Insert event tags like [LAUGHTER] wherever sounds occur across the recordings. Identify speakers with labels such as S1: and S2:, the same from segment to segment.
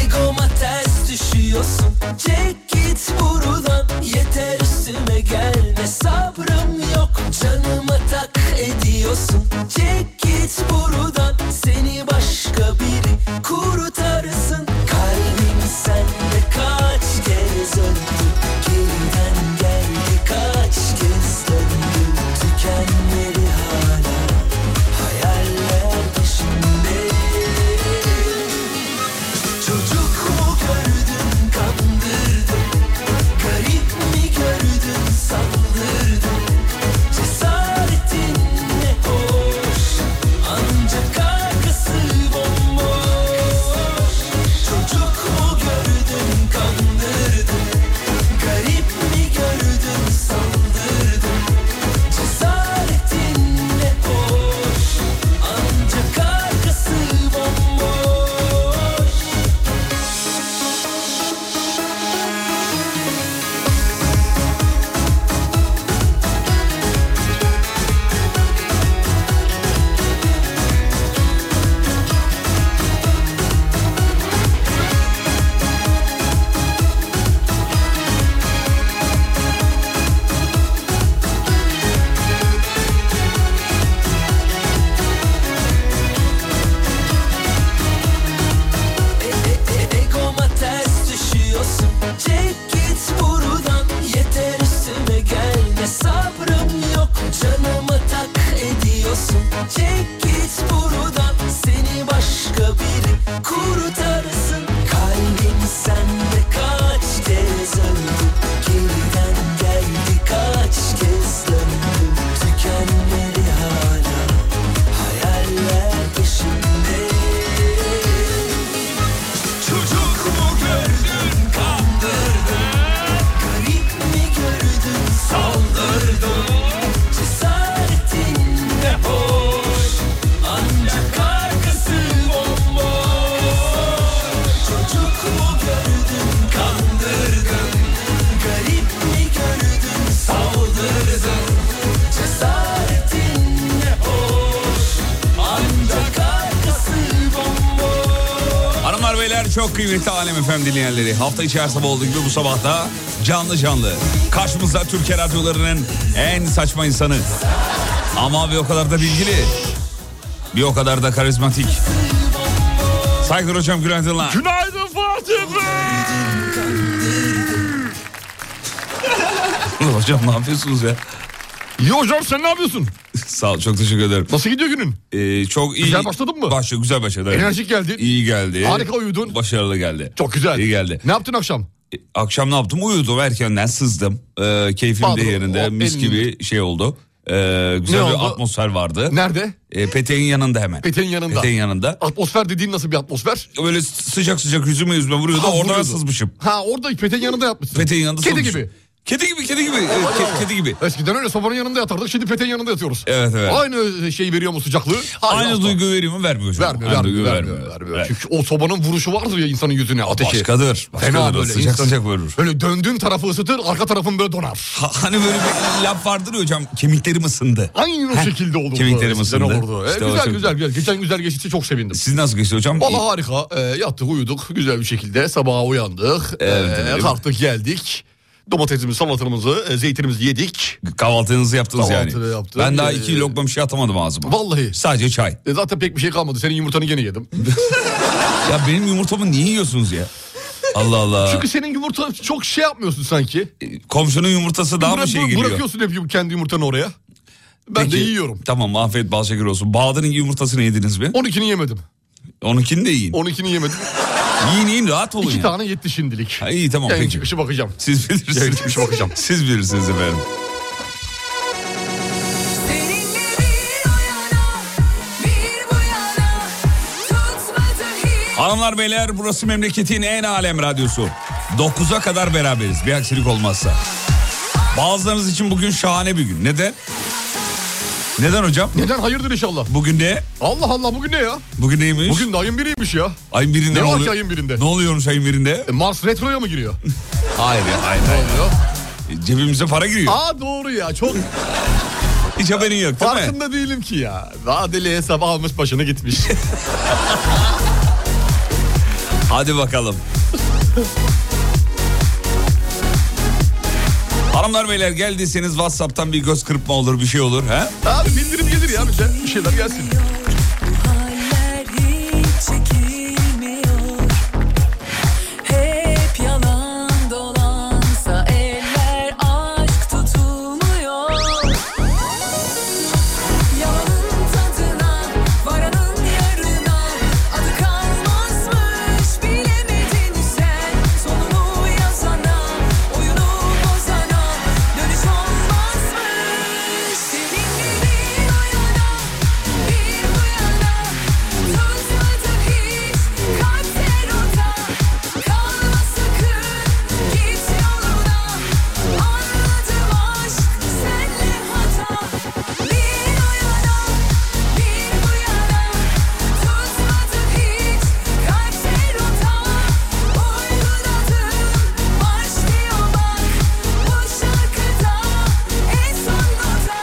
S1: Egoma ters düşüyorsun Çek git buradan Yeter üstüme gelme Sabrım yok Canıma tak ediyorsun Çek git buradan Seni başka biri kurtarsın Kalbim sende kaç kez öldü Geriden geldi kaç kez döndü Tükenmeli hala Hayaller peşinde Çocuk mu gördün kandırdın Garip mi gördün sandırdın Cesaretin ne hoş Ancak arkası bomboş Çocuk mu gördün kandırdın Garip mi gördün sandırdın Cesaretin ne hoş Ancak arkası bomboş E- e- e- Egoma ters düşüyorsun Çek git buradan Yeter üstüme gelme Sabrım yok Canıma tak ediyorsun Çek git buradan Seni başka biri kurtarsın Kalbim sende kaç kez öldü Geriden geldi kaç kez döndü Tükenmeli hala Hayaller peşinde Çocuk mu gördün kandırdın Garip mi gördün saldırdın Cesaretin ne boş Ancak arkası bomboş Çocuk mu gördün kandırdın Garip mi gördün saldırdın Cesaretin ne boş Ancak arkası bomboş
S2: Hanımlar beyler çok kıymetli Alem Efem dinleyenleri. Hafta içi her sabah olduğu gibi bu sabah da canlı canlı. Karşımızda Türkiye radyolarının en saçma insanı. Ama bir o kadar da bilgili. Bir o kadar da karizmatik. Saygın hocam günaydınlar.
S3: Günaydın Fatih Bey.
S2: hocam ne yapıyorsunuz ya?
S3: İyi hocam sen ne yapıyorsun?
S2: [LAUGHS] Sağ ol çok teşekkür ederim.
S3: Nasıl gidiyor günün?
S2: Ee, çok iyi.
S3: Güzel başladın mı?
S2: Başladı güzel başladı. evet.
S3: Enerjik geldin.
S2: İyi geldi.
S3: Harika uyudun.
S2: Başarılı geldi.
S3: Çok güzel.
S2: İyi geldi. E,
S3: Ne yaptın akşam?
S2: akşam ne yaptım? Uyudum erkenden sızdım. Ee, keyfim
S3: Pardon,
S2: de yerinde
S3: o
S2: mis
S3: en-
S2: gibi şey oldu. Ee, güzel
S3: Oh,
S2: bir
S3: Ne oldu?
S2: atmosfer vardı.
S3: Nerede?
S2: Ee, peteğin yanında hemen.
S3: Peteğin yanında.
S2: Peteğin yanında.
S3: Atmosfer dediğin nasıl bir atmosfer?
S2: Böyle sıcak sıcak yüzüme yüzüme vuruyordu.
S3: Ha,
S2: Oradan
S3: vuruyordu.
S2: sızmışım.
S3: Ha orada peteğin yanında yatmışsın.
S2: Peteğin yanında
S3: Kedi
S2: sızmışım.
S3: gibi.
S2: Kedi gibi, kedi gibi. Ee, ke- kedi gibi.
S3: Eskiden öyle sobanın yanında yatardık şimdi peteğin yanında yatıyoruz.
S2: Evet, evet.
S3: Aynı şeyi veriyor mu sıcaklığı? Hayır,
S2: Aynı
S3: asla.
S2: duygu veriyor mu? Vermiyor hocam.
S3: Vermiyor,
S2: Aynı
S3: vermiyor,
S2: duygu
S3: vermiyor, vermiyor. Çünkü o sobanın vuruşu vardır ya insanın yüzüne ateşi.
S2: Başkadır.
S3: Fena
S2: Başkadır.
S3: böyle.
S2: sıcak
S3: insan-
S2: sıcak vurur.
S3: Böyle döndüğün tarafı ısıtır arka tarafın böyle donar.
S2: Ha- hani böyle bir laf vardır ya hocam. Kemiklerim ısındı.
S3: Aynı o
S2: Heh,
S3: şekilde olurdu.
S2: kemiklerim ısındı.
S3: Eskiden olurdu. E,
S2: İşte o
S3: güzel
S2: çok-
S3: güzel güzel. Geçen güzel geçti çok sevindim.
S2: Siz nasıl geçti hocam?
S3: Valla harika. E, yattık uyuduk güzel bir şekilde. Sabaha uyandık. E,
S2: Evet, evet.
S3: kalktık geldik. Domatesimizi, salatamızı, e, zeytinimizi yedik.
S2: Kahvaltınızı yaptınız
S3: Kahvaltını
S2: yani.
S3: yaptım.
S2: Ben daha
S3: Ee,
S2: iki lokma bir şey atamadım ağzıma.
S3: Vallahi.
S2: Sadece çay.
S3: E, zaten pek bir şey kalmadı. Senin yumurtanı gene yedim.
S2: [LAUGHS] Ya benim yumurtamı niye yiyorsunuz ya? Allah Allah. E,
S3: Çünkü senin yumurtanı çok şey yapmıyorsun sanki.
S2: Komşunun yumurtası daha mı
S3: Bırak-
S2: şey geliyor?
S3: Bırakıyorsun hep yum- kendi yumurtanı oraya. Ben
S2: Peki,
S3: de yiyorum.
S2: Tamam afiyet bal şeker olsun. Bahadır'ın yumurtasını yediniz mi?
S3: 12'ni yemedim.
S2: Onunkini de yiyin.
S3: 12'ni yemedim.
S2: Yiyin yiyin rahat olun
S3: İki
S2: ya.
S3: tane yetti şimdilik.
S2: Ha, iyi tamam
S3: Yayın
S2: peki.
S3: çıkışı bakacağım.
S2: Siz
S3: Yayın
S2: bilirsiniz.
S3: çıkışı bakacağım.
S2: Siz bilirsiniz efendim.
S4: Seninle bir o yana, bir bu yana, tutmadı hiç
S2: Hanımlar beyler burası memleketin en alem radyosu. 9'a kadar beraberiz bir aksilik olmazsa. Bazılarınız için bugün şahane bir gün. Neden? Neden hocam?
S3: Neden hayırdır inşallah.
S2: Bugün ne?
S3: Allah Allah bugün ne ya?
S2: Bugün neymiş?
S3: Bugün de ayın biriymiş ya.
S2: ayın birinde
S3: Ne var ki
S2: oluyor?
S3: ayın birinde?
S2: Ne oluyormuş ayın birinde?
S3: E, Mars retroya mı giriyor?
S2: Hayır ya, hayır. hayır. E,
S3: Oluyor.
S2: Cebimize para giriyor.
S3: Aa doğru ya çok
S2: Hiç haberin yok değil mi?
S3: farkında değilim ki ya. Vadeli hesap almış başını gitmiş.
S2: [LAUGHS] Hadi
S3: [LAUGHS]
S2: bakalım. Hanımlar beyler geldiyseniz Whatsapp'tan bir göz kırpma olur bir şey olur. He?
S3: Abi bildirim gelir ya bize bir şeyler gelsin.
S5: Haller hiç çekilmiyor Hep yalan dolansa eller aşk tutulmuyor Yalanın tadına varanın yarına Adı kalmazmış bilemedin sen Sonunu yazana oyunu bozana Dönüş olmazmış senin gibi oyana bir bu yana tutmadı hiç kader ota kalma sakın git yoluna anladım aşk senle hata bir o yana bir bu yana tutmadı hiç kader ota uyguladım başlıyor bak bu şarkıda en son nota.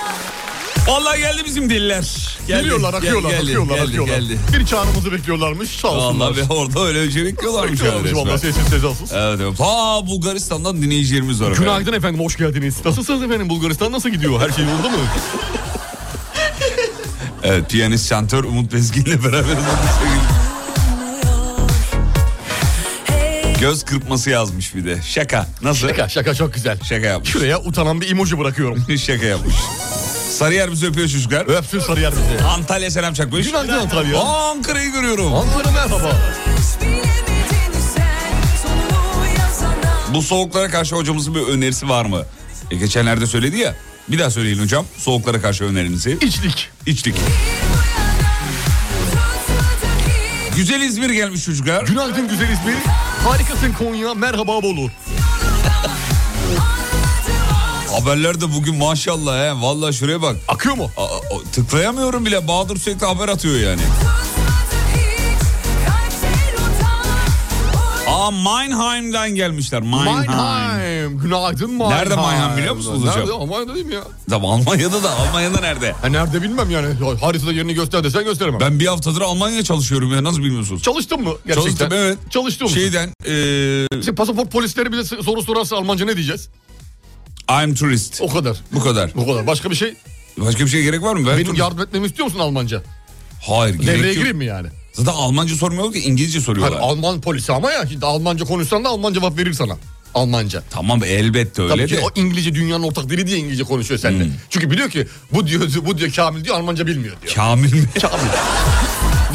S2: Vallahi geldi bizim diller. Geldi,
S3: Geliyorlar
S2: geldi,
S3: akıyorlar
S2: geldi,
S3: akıyorlar
S2: geldi,
S3: akıyorlar.
S2: geldi.
S3: Bir çağrımızı bekliyorlarmış sağ olsunlar.
S2: Vallahi be, orada öyle önce bekliyorlarmış. yani
S3: Bekliyorlarmış
S2: resmen.
S3: valla sessiz sedasız.
S2: Evet, evet. Aa Bulgaristan'dan dinleyicilerimiz var. efendim.
S3: Günaydın efendim hoş geldiniz. Nasılsınız efendim Bulgaristan nasıl gidiyor? Her şey yolunda mı?
S2: Evet, piyanist şantör Umut Bezgin'le beraber. Göz kırpması yazmış bir de. Şaka. Nasıl?
S3: Şaka şaka çok güzel.
S2: Şaka yapmış.
S3: Şuraya utanan bir emoji bırakıyorum.
S2: [LAUGHS] Şaka yapmış. Sarıyer bizi öpüyor çocuklar.
S3: Öpsün sarıyer bizi.
S2: Antalya selam çakmış.
S3: Günaydın Antalya.
S2: Aa, Ankara'yı görüyorum.
S3: Ankara merhaba.
S5: Bilemedin sen sonunu yazana
S2: Bu soğuklara karşı hocamızın bir önerisi var mı? E, geçenlerde söyledi ya. Bir daha söyleyin hocam. Soğuklara karşı önerinizi.
S3: İçlik.
S2: İçtik.
S5: tutmadı hiç
S2: Güzel İzmir gelmiş çocuklar.
S3: Günaydın güzel İzmir. Harikasın Konya. Merhaba Bolu.
S2: Haberler de bugün maşallah he. Vallahi şuraya bak.
S3: Akıyor mu?
S2: Aa, o- tıklayamıyorum bile. Bahadır sürekli haber atıyor yani.
S5: tutmadı hiç kalpler otan
S2: Aa Meinheim'den gelmişler. Meinheim.
S3: Mannheim. Günaydın Mannheim.
S2: Nerede Mannheim biliyor musunuz hocam?
S3: Nerede? Almanya'da değil mi ya?
S2: Tamam Almanya'da da. Almanya'da nerede?
S3: Ha, nerede bilmem yani. Haritada yerini göster desen gösteremem.
S2: Ben bir haftadır Almanya'da çalışıyorum ya. Nasıl bilmiyorsunuz?
S3: Çalıştın mı gerçekten?
S2: Çalıştım evet.
S3: Çalıştın mı?
S2: Şeyden e, eee,
S3: Şimdi pasaport polisleri bize soru sorarsa Almanca ne diyeceğiz?
S2: I'm tourist.
S3: O kadar.
S2: Bu kadar.
S3: Bu kadar. Başka bir şey.
S2: Başka bir şeye gerek var mı? Ben
S3: Benim
S2: tur-
S3: yardım etmemi istiyor musun Almanca?
S2: Hayır gerek
S3: Devreye
S2: yok.
S3: gireyim mi yani?
S2: Zaten Almanca sormuyor ki İngilizce
S3: Hayır,
S2: soruyorlar.
S3: Alman polisi ama ya. Şimdi Almanca konuşsan da Alman cevap verir sana. Almanca.
S2: tamam elbette öyle
S3: Tabii ki
S2: de. Hmm.
S3: o İngilizce dünyanın ortak dili diye İngilizce konuşuyor seninle. Çünkü biliyor ki bu diyor bu diyor Kamil diyor Almanca bilmiyor diyor.
S2: Kamil mi?
S3: Kamil.
S2: [LAUGHS]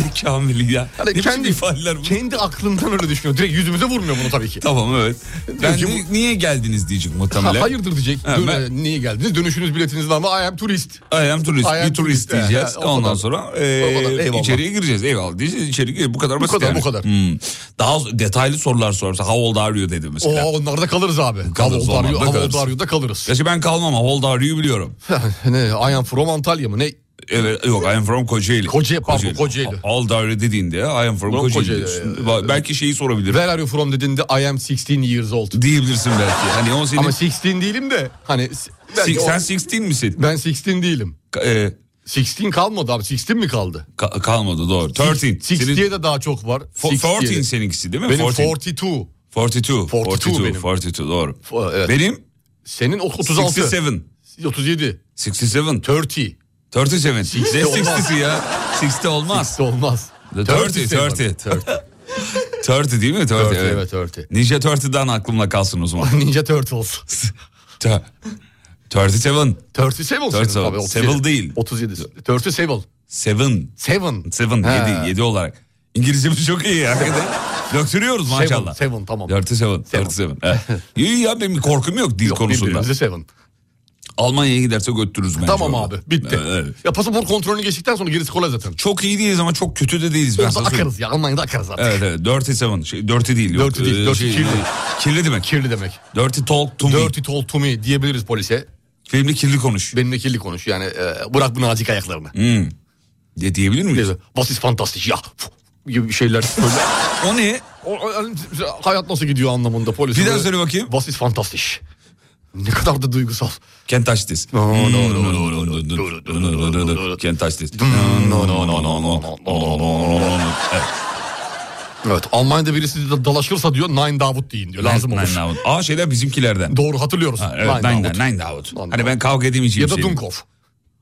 S2: Ne Kamil ya?
S3: Yani
S2: ne
S3: kendi,
S2: biçim ifadeler bu?
S3: kendi aklından öyle düşünüyor. Direkt yüzümüze vurmuyor bunu tabii ki.
S2: Tamam evet. Ben
S3: ki
S2: de niye geldiniz diyecek
S3: Ha,
S2: muhtemelen.
S3: hayırdır diyecek.
S2: Ha,
S3: Dön-
S2: ben-
S3: e, Niye geldiniz? Dönüşünüz biletiniz var mı? I am turist.
S2: I am turist.
S3: I am
S2: bir turist
S3: turist, he,
S2: diyeceğiz.
S3: he, [LAUGHS] o
S2: Ondan
S3: kadar.
S2: sonra eee,
S3: O kadar, eyvallah.
S2: içeriye gireceğiz. Eyvallah diyeceğiz. İçeri gireceğiz. Bu kadar basit
S3: kadar,
S2: yani.
S3: bu kadar.
S2: Hmm. Daha detaylı sorular sorsa. How old are you dedi
S3: Oo,
S2: mesela.
S3: onlarda kalırız abi.
S2: Kalırız,
S3: Kalırız,
S2: onlarda kalırız.
S3: Havoldaryo'da kalırız.
S2: Gerçi ben kalmam. How old are you biliyorum.
S3: [LAUGHS] ne, I am from Antalya mı? Ne?
S2: Evet, yok I am from Kocaeli.
S3: Kocaeli, pardon, Kocaeli.
S2: All Dari dediğinde I am from
S3: From
S2: Kocaeli.
S3: Kocaeli, e,
S2: diyorsun. Ba- Belki şeyi sorabilir.
S3: Where are you from dediğinde I am 16 years old.
S2: Diyebilirsin belki. Hani o senin...
S3: Ama 16 değilim de hani... s- belki
S2: Si-
S3: o-
S2: sen 16 misin?
S3: Ben 16 değilim.
S2: Ka- e,
S3: 16 kalmadı abi. 16 mi kaldı?
S2: ka- kalmadı doğru. 13. Senin-
S3: 60'ye de daha çok var.
S2: Fo-
S3: 60'ye
S2: 14
S3: de.
S2: seninkisi değil mi?
S3: Benim
S2: 14.
S3: 42.
S2: 42.
S3: 42
S2: 42,
S3: benim.
S2: 42, doğru.
S3: Fo- evet.
S2: Benim
S3: Senin o- 36.
S2: 67.
S3: 37.
S2: 67.
S3: 30.
S2: 37. Ne
S3: Sixty olmaz.
S2: 60'sı ya? 60 olmaz.
S3: Hiç olmaz.
S2: 30, 30.
S3: [LAUGHS]
S2: 30 değil mi? 30,
S3: Thirty,
S2: evet.
S3: evet, thirty.
S2: Ninja 30'dan aklımda kalsın o zaman. [LAUGHS]
S3: Ninja Turtles.
S2: Ta- 37.
S3: 30 Sevel. senin
S2: Sevel.
S3: tabii, 37.
S2: Sevel değil.
S3: 37. 30 Sevel.
S2: 7.
S3: 7.
S2: 7,
S3: He.
S2: 7, 7 olarak. İngilizcemiz çok iyi ya. hakikaten. Döktürüyoruz maşallah.
S3: Seven, seven, tamam.
S2: 37,
S3: Seven.
S2: 37. Evet. İyi ya benim korkum yok dil
S3: Yok,
S2: konusunda.
S3: Birbirimize 7.
S2: Almanya'ya giderse götürürüz bence.
S3: Tamam
S2: onu.
S3: abi bitti.
S2: Evet, evet.
S3: Ya pasaport kontrolünü geçtikten sonra gerisi kolay zaten.
S2: Çok iyi değiliz ama çok kötü de değiliz. Ben
S3: Orada
S2: sana söyleyeyim.
S3: akarız ya Almanya'da akarız artık.
S2: Evet evet. Dirty Seven. Şey, dirty değil. Yok.
S3: Dirty değil,
S2: Ee,
S3: dirty kirli.
S2: kirli demek.
S3: Kirli demek.
S2: Dirty talk to me.
S3: Dirty told to me diyebiliriz polise.
S2: Filmde kirli konuş. Hmm.
S3: Benimle kirli konuş yani e, bırak bu nazik ayaklarını.
S2: De, diyebilir miyiz?
S3: Neyse, What is fantastic ya Fuh, gibi bir şeyler söyle.
S2: [LAUGHS] O ne?
S3: O- o- hayat nasıl gidiyor anlamında polis.
S2: Bir daha söyle bakayım.
S3: What is fantastic. Ne kadar da duygusal.
S2: Kent Açtis. Kent Açtis.
S3: Evet Almanya'da birisi de dalaşırsa diyor Nine Davut deyin diyor lazım olur.
S2: Aa şeyler bizimkilerden.
S3: Doğru hatırlıyoruz.
S2: Ha, Evet, nine,
S3: Davut.
S2: nine Davut.
S3: Nine
S2: Hani
S3: Davut.
S2: ben kavga edeyim için.
S3: Ya da
S2: şeyim.
S3: Dunkov.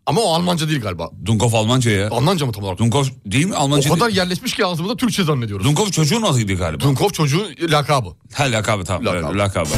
S3: Ama o Almanca değil galiba.
S2: Dunkov Almanca ya.
S3: Almanca mı tam olarak?
S2: Dunkov değil mi? Almanca
S3: o kadar
S2: değil.
S3: yerleşmiş ki ağzımızda Türkçe zannediyoruz.
S2: Dunkov çocuğun adıydı galiba.
S3: Dunkov çocuğun lakabı.
S2: ha lakabı tamam.
S3: Lakabı.
S2: evet, Lakabı.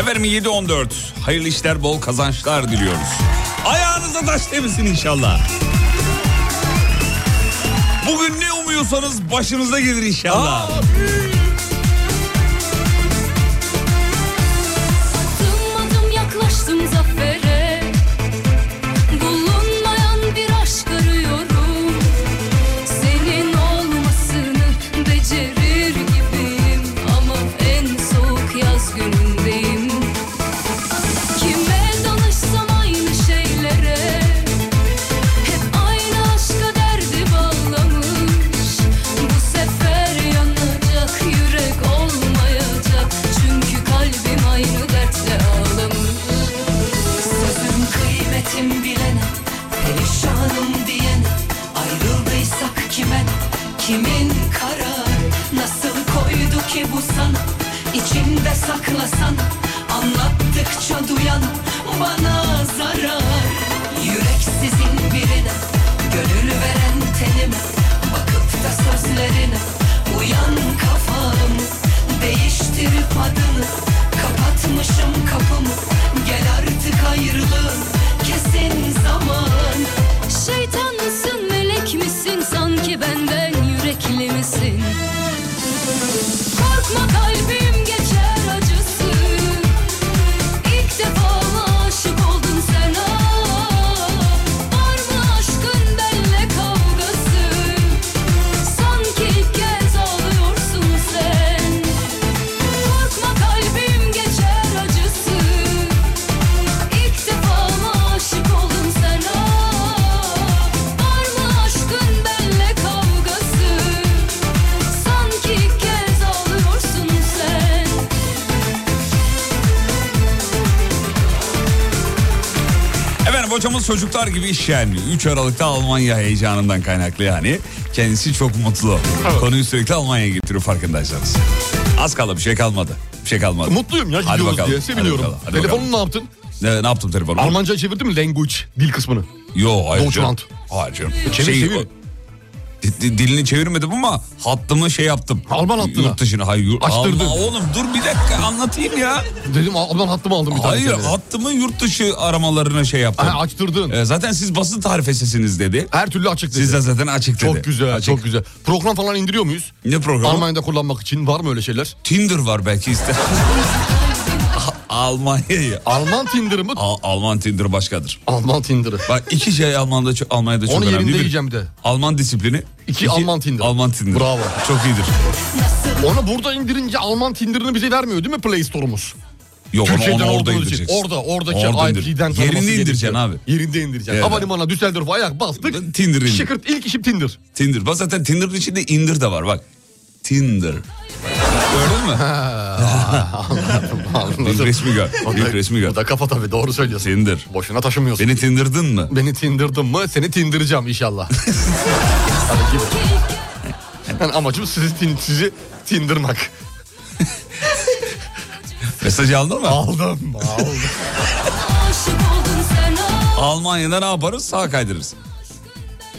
S2: Efendim 7-14. Hayırlı işler, bol kazançlar diliyoruz. Ayağınıza taş demesin inşallah. Bugün ne umuyorsanız başınıza gelir inşallah.
S5: Adım adım yaklaştım zafere Bulunmayan bir aşk arıyorum Senin olmasını becerir gibiyim Ama en soğuk yaz günündeyim Kime danışsam aynı şeylere Hep aynı aşka derdi bağlamış Bu sefer yanacak yürek olmayacak Çünkü kalbim aynı dertle ağlamış Sözüm kıymetim bilene Perişanım diyene Ayrıldıysak kime Kimin kararı Nasıl koydu ki bu sana İçinde saklasan Anlattıkça duyan Bana zarar Yüreksizin birine Gönül veren tenime Bakıp da sözlerine Uyan kafam Değiştirip adını Kapatmışım kapımı Gel artık ayrılığın Kesin zaman Şeytan mısın melek misin Sanki benden yürekli misin Korkma kalbim geçer acısı İlk defa mı aşık oldun sen ah Var mı aşkın benle kavgası Sanki ilk kez ağlıyorsun sen Korkma kalbim geçer acısı İlk defa mı aşık oldun sen ah Var mı aşkın benle kavgası Sanki ilk kez ağlıyorsun sen
S2: Efendim hocamız çocuklar gibi iş yani. 3 Aralık'ta Almanya heyecanından kaynaklı yani. Kendisi çok mutlu. Konuyu sürekli Almanya'ya getiriyor farkındaysanız. Az kaldı bir şey kalmadı. Bir şey kalmadı.
S3: Mutluyum ya gidiyoruz
S2: bakalım,
S3: diye
S2: hadi
S3: seviniyorum.
S2: bakalım, hadi bakalım.
S3: Telefonunu ne yaptın?
S2: Ne, ne yaptım telefonu?
S3: Almanca çevirdin mi language dil kısmını?
S2: Yo hayır canım.
S3: Deutschland. E,
S2: Hayır canım. Şey,
S3: çevir, çevir.
S2: di- di- Dilini çevirmedim ama hattımı şey yaptım.
S3: Alman hattına.
S2: Yurt dışına. Hayır, yurt,
S3: Açtırdın.
S2: Alman- oğlum dur bir dakika anlatayım ya.
S3: Dedim Alman hattımı aldım bir tane.
S2: Hayır
S3: kendine.
S2: hattımı yurt dışı aramalarına şey yaptım.
S3: Ha, açtırdın.
S2: Ee, zaten siz basın tarifesisiniz dedi.
S3: Her türlü açık dedi.
S2: Siz de zaten açık dedi.
S3: çok güzel,
S2: Açık.
S3: çok güzel. Program falan indiriyor muyuz?
S2: Ne programı?
S3: Almanya'da kullanmak için var mı öyle şeyler?
S2: Tinder var belki ister. [LAUGHS] Almanya'yı.
S3: Alman Tinder'ı mı?
S2: Al- Alman Tinder başkadır.
S3: Alman Tinder'ı.
S2: Bak iki şey Alman'da ço- Almanya'da çok
S3: Onu
S2: önemli.
S3: yerinde
S2: Bir,
S3: yiyeceğim de.
S2: Alman disiplini.
S3: İki Alman Tinder.
S2: Alman Tinder.
S3: Bravo.
S2: Çok iyidir.
S3: Onu burada indirince Alman Tinder'ını bize vermiyor değil mi Play Store'umuz?
S2: Yok onu-
S3: Türkiye'den
S2: onu orada
S3: olduğumuz için.
S2: indireceksin.
S3: Orada, oradaki
S2: Orada indir.
S3: IP'den tanıması
S2: Yerinde indireceksin
S3: gerekiyor.
S2: abi.
S3: Yerinde indireceksin.
S2: Evet.
S3: Havalimanına Düsseldorf'a ayak
S2: Ben
S3: bastık.
S2: Tinder'ı indir.
S3: Şıkırt ilk işim Tinder.
S2: Tinder. Bak zaten Tinder'ın içinde indir de var bak.
S3: [LAUGHS]
S2: Tinder. Gördün mü?
S3: Anladım.
S2: İlk resmi gör.
S3: [LAUGHS] O da-
S2: İlk resmi gör.
S3: O da [LAUGHS] kafa tabii doğru söylüyorsun.
S2: Tinder.
S3: Boşuna taşımıyorsun.
S2: Beni Tinder'dın mı?
S3: Beni tindirdin mi seni tindireceğim
S2: [LAUGHS]
S3: inşallah. Hadi gibi. Yani amacım sizi, tin- sizi tindirmek.
S2: Mesajı aldın mı?
S3: Aldım aldım.
S5: Aşık oldun sen ah
S2: Almanya'da ne yaparız? Sağ kaydırırız.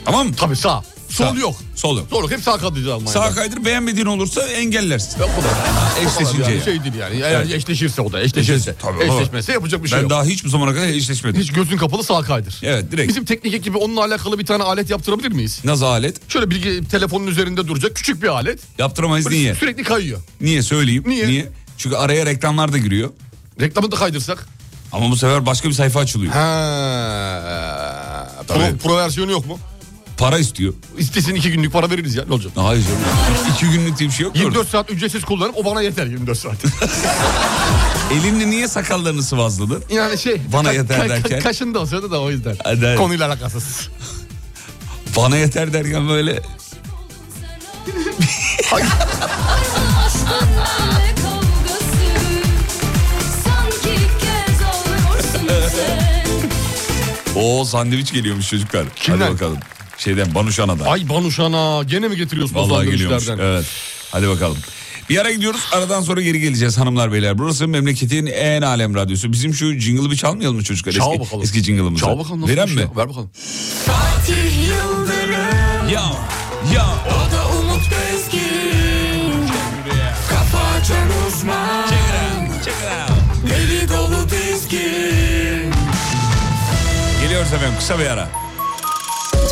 S2: Tamam mı?
S3: Tabii sağ. Sol
S2: Sağ-
S3: yok.
S2: Sol yok.
S3: Sol yok. Hep sağ kaydıracağız Almanya'da.
S2: Sağa kaydır beğenmediğin olursa engellersin.
S3: Yok bu da.
S2: [LAUGHS] Eşleşince
S3: Yani
S2: yani.
S3: Şey değil yani. Eğer eşleşirse o da eşleşirse.
S2: Eşleş- tabii.
S3: Eşleşmezse yapacak bir şey
S2: ben
S3: yok.
S2: daha hiç bu zamana kadar eşleşmedim.
S3: Hiç gözün kapalı sağ kaydır.
S2: Evet direkt.
S3: Bizim teknik ekibi onunla alakalı bir tane alet yaptırabilir miyiz?
S2: Nasıl alet?
S3: Şöyle bilgi telefonun üzerinde duracak küçük bir alet.
S2: Yaptıramayız
S3: Böyle
S2: niye?
S3: Sürekli kayıyor.
S2: Niye söyleyeyim?
S3: Niye?
S2: Çünkü araya reklamlar da giriyor.
S3: Reklamı da kaydırsak.
S2: Ama bu sefer başka bir sayfa açılıyor.
S3: Ha. Pro,
S2: Tabii.
S3: pro versiyonu yok mu?
S2: Para istiyor.
S3: İstesin iki günlük para veririz ya ne olacak?
S2: Hayır canım. İki günlük diye bir şey yok. ki orada.
S3: 24 saat ücretsiz kullanıp o bana yeter 24 saat. [LAUGHS]
S2: Elinle niye sakallarını sıvazladın?
S3: Yani şey.
S2: Bana yeter derken?
S3: kaşın da olsaydı da o yüzden.
S2: Ha, der.
S3: Konuyla alakasız.
S2: Bana yeter derken böyle
S5: Aşkın benle kavgası Sanki ilk kez ağlıyorsun sen
S2: [LAUGHS] o sandviç geliyormuş çocuklar.
S3: Kimden?
S2: Hadi bakalım. Şeyden Banuşana'dan.
S3: Ay Banuşana gene mi getiriyorsun o
S2: Vallahi geliyormuş.
S3: sandviçlerden?
S2: Evet. Hadi bakalım. Bir ara gidiyoruz. Aradan sonra geri geleceğiz hanımlar beyler. Burası memleketin en alem radyosu. Bizim şu jingle'ı bir çalmayalım mı çocuklar?
S3: Çal
S2: eski,
S3: bakalım.
S2: Eski jingle'ımızı.
S3: Çal bakalım nasıl
S2: Veren
S3: bir
S2: mi?
S3: şey? Ver bakalım.
S2: Ya. Ya. Geliyoruz efendim kısa bir ara.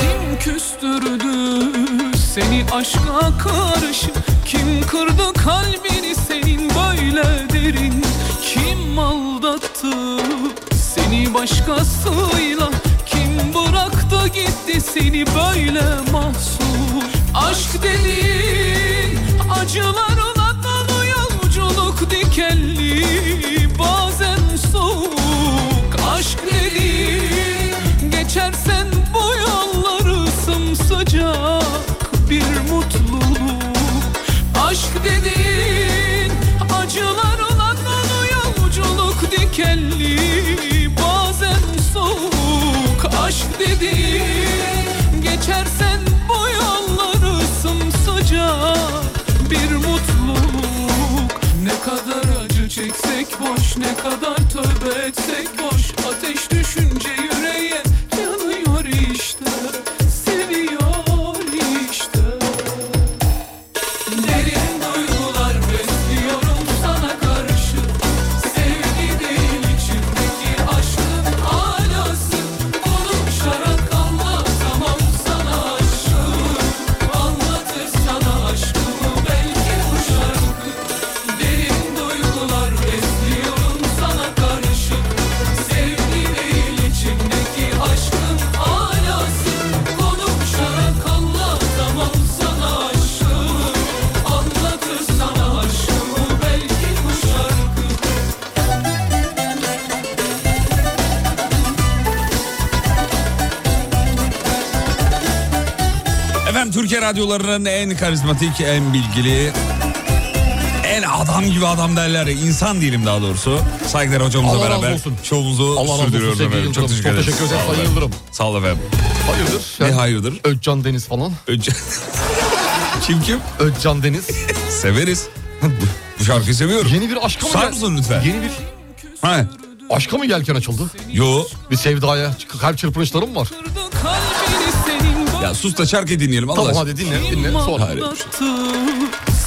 S6: Kim küstürdü seni aşka karşı Kim kırdı kalbini senin böyle derin Kim aldattı seni başkasıyla Kim bıraktı gitti seni böyle mahsur Aşk dediğin acılarla dolu yolculuk dikenli Bazen soğuk aşk dediğin Geçersen bu yolları sımsıcak bir mutluluk Aşk dediğin acılarla dolu yolculuk dikenli Bazen soğuk aşk dediğin Geçersen bu yolları sımsıcak bir mutluluk Ne kadar acı çeksek boş Ne kadar tövbe etsek boş Ateş düşünce yüreğe yanıyor işte Seviyor işte Derin duygular besliyorum sana karşı Sevgi değil içimdeki aşkın alası Oğlum şarap anlatamam sana aşkımı Anlatır sana aşkımı belki bu şarkı Derin duygular besliyorum sana karşı Sevgi değil içimdeki aşkın alası Oğlum şarap anlatamam sana aşkımı Anlatır sana aşkımı belki bu şarkı
S2: Efendim Türkiye radyolarının en karizmatik, en bilgili, en adam gibi adam derler. ya, insan diyelim daha doğrusu. Saygılar hocamızla
S3: Allah razı
S2: beraber
S3: olsun.
S2: şovumuzu
S3: Allah razı olsun
S2: sürdürüyoruz
S3: sevgili
S2: efendim.
S3: Yıldırım.
S2: Çok teşekkür
S3: Çok
S2: ederiz.
S3: teşekkür ederiz
S2: Sağ olun
S3: Sayın
S2: efendim.
S3: Yıldırım.
S2: Sağ olun efendim.
S3: Hayırdır?
S2: Ne
S3: Yani
S2: hayırdır?
S3: Özcan Deniz falan. [LAUGHS]
S2: Önce- kim kim?
S3: Özcan Deniz.
S2: [LAUGHS] Severiz. Bu- Bu şarkıyı seviyorum.
S3: Yeni bir aşka mı?
S2: Sar
S3: gel-
S2: mısın lütfen?
S3: Yeni bir
S2: Ha.
S3: aşka mı yelken açıldı?
S2: Yo.
S3: Bir sevdaya çık- kalp çırpınışları mı var?
S6: Kırdı kalbini senin
S2: Ya sus da şarkıyı dinleyelim Allah
S3: Tamam
S2: aşkına.
S3: hadi dinle dinle sonra.
S2: Hayır.
S6: Aldattı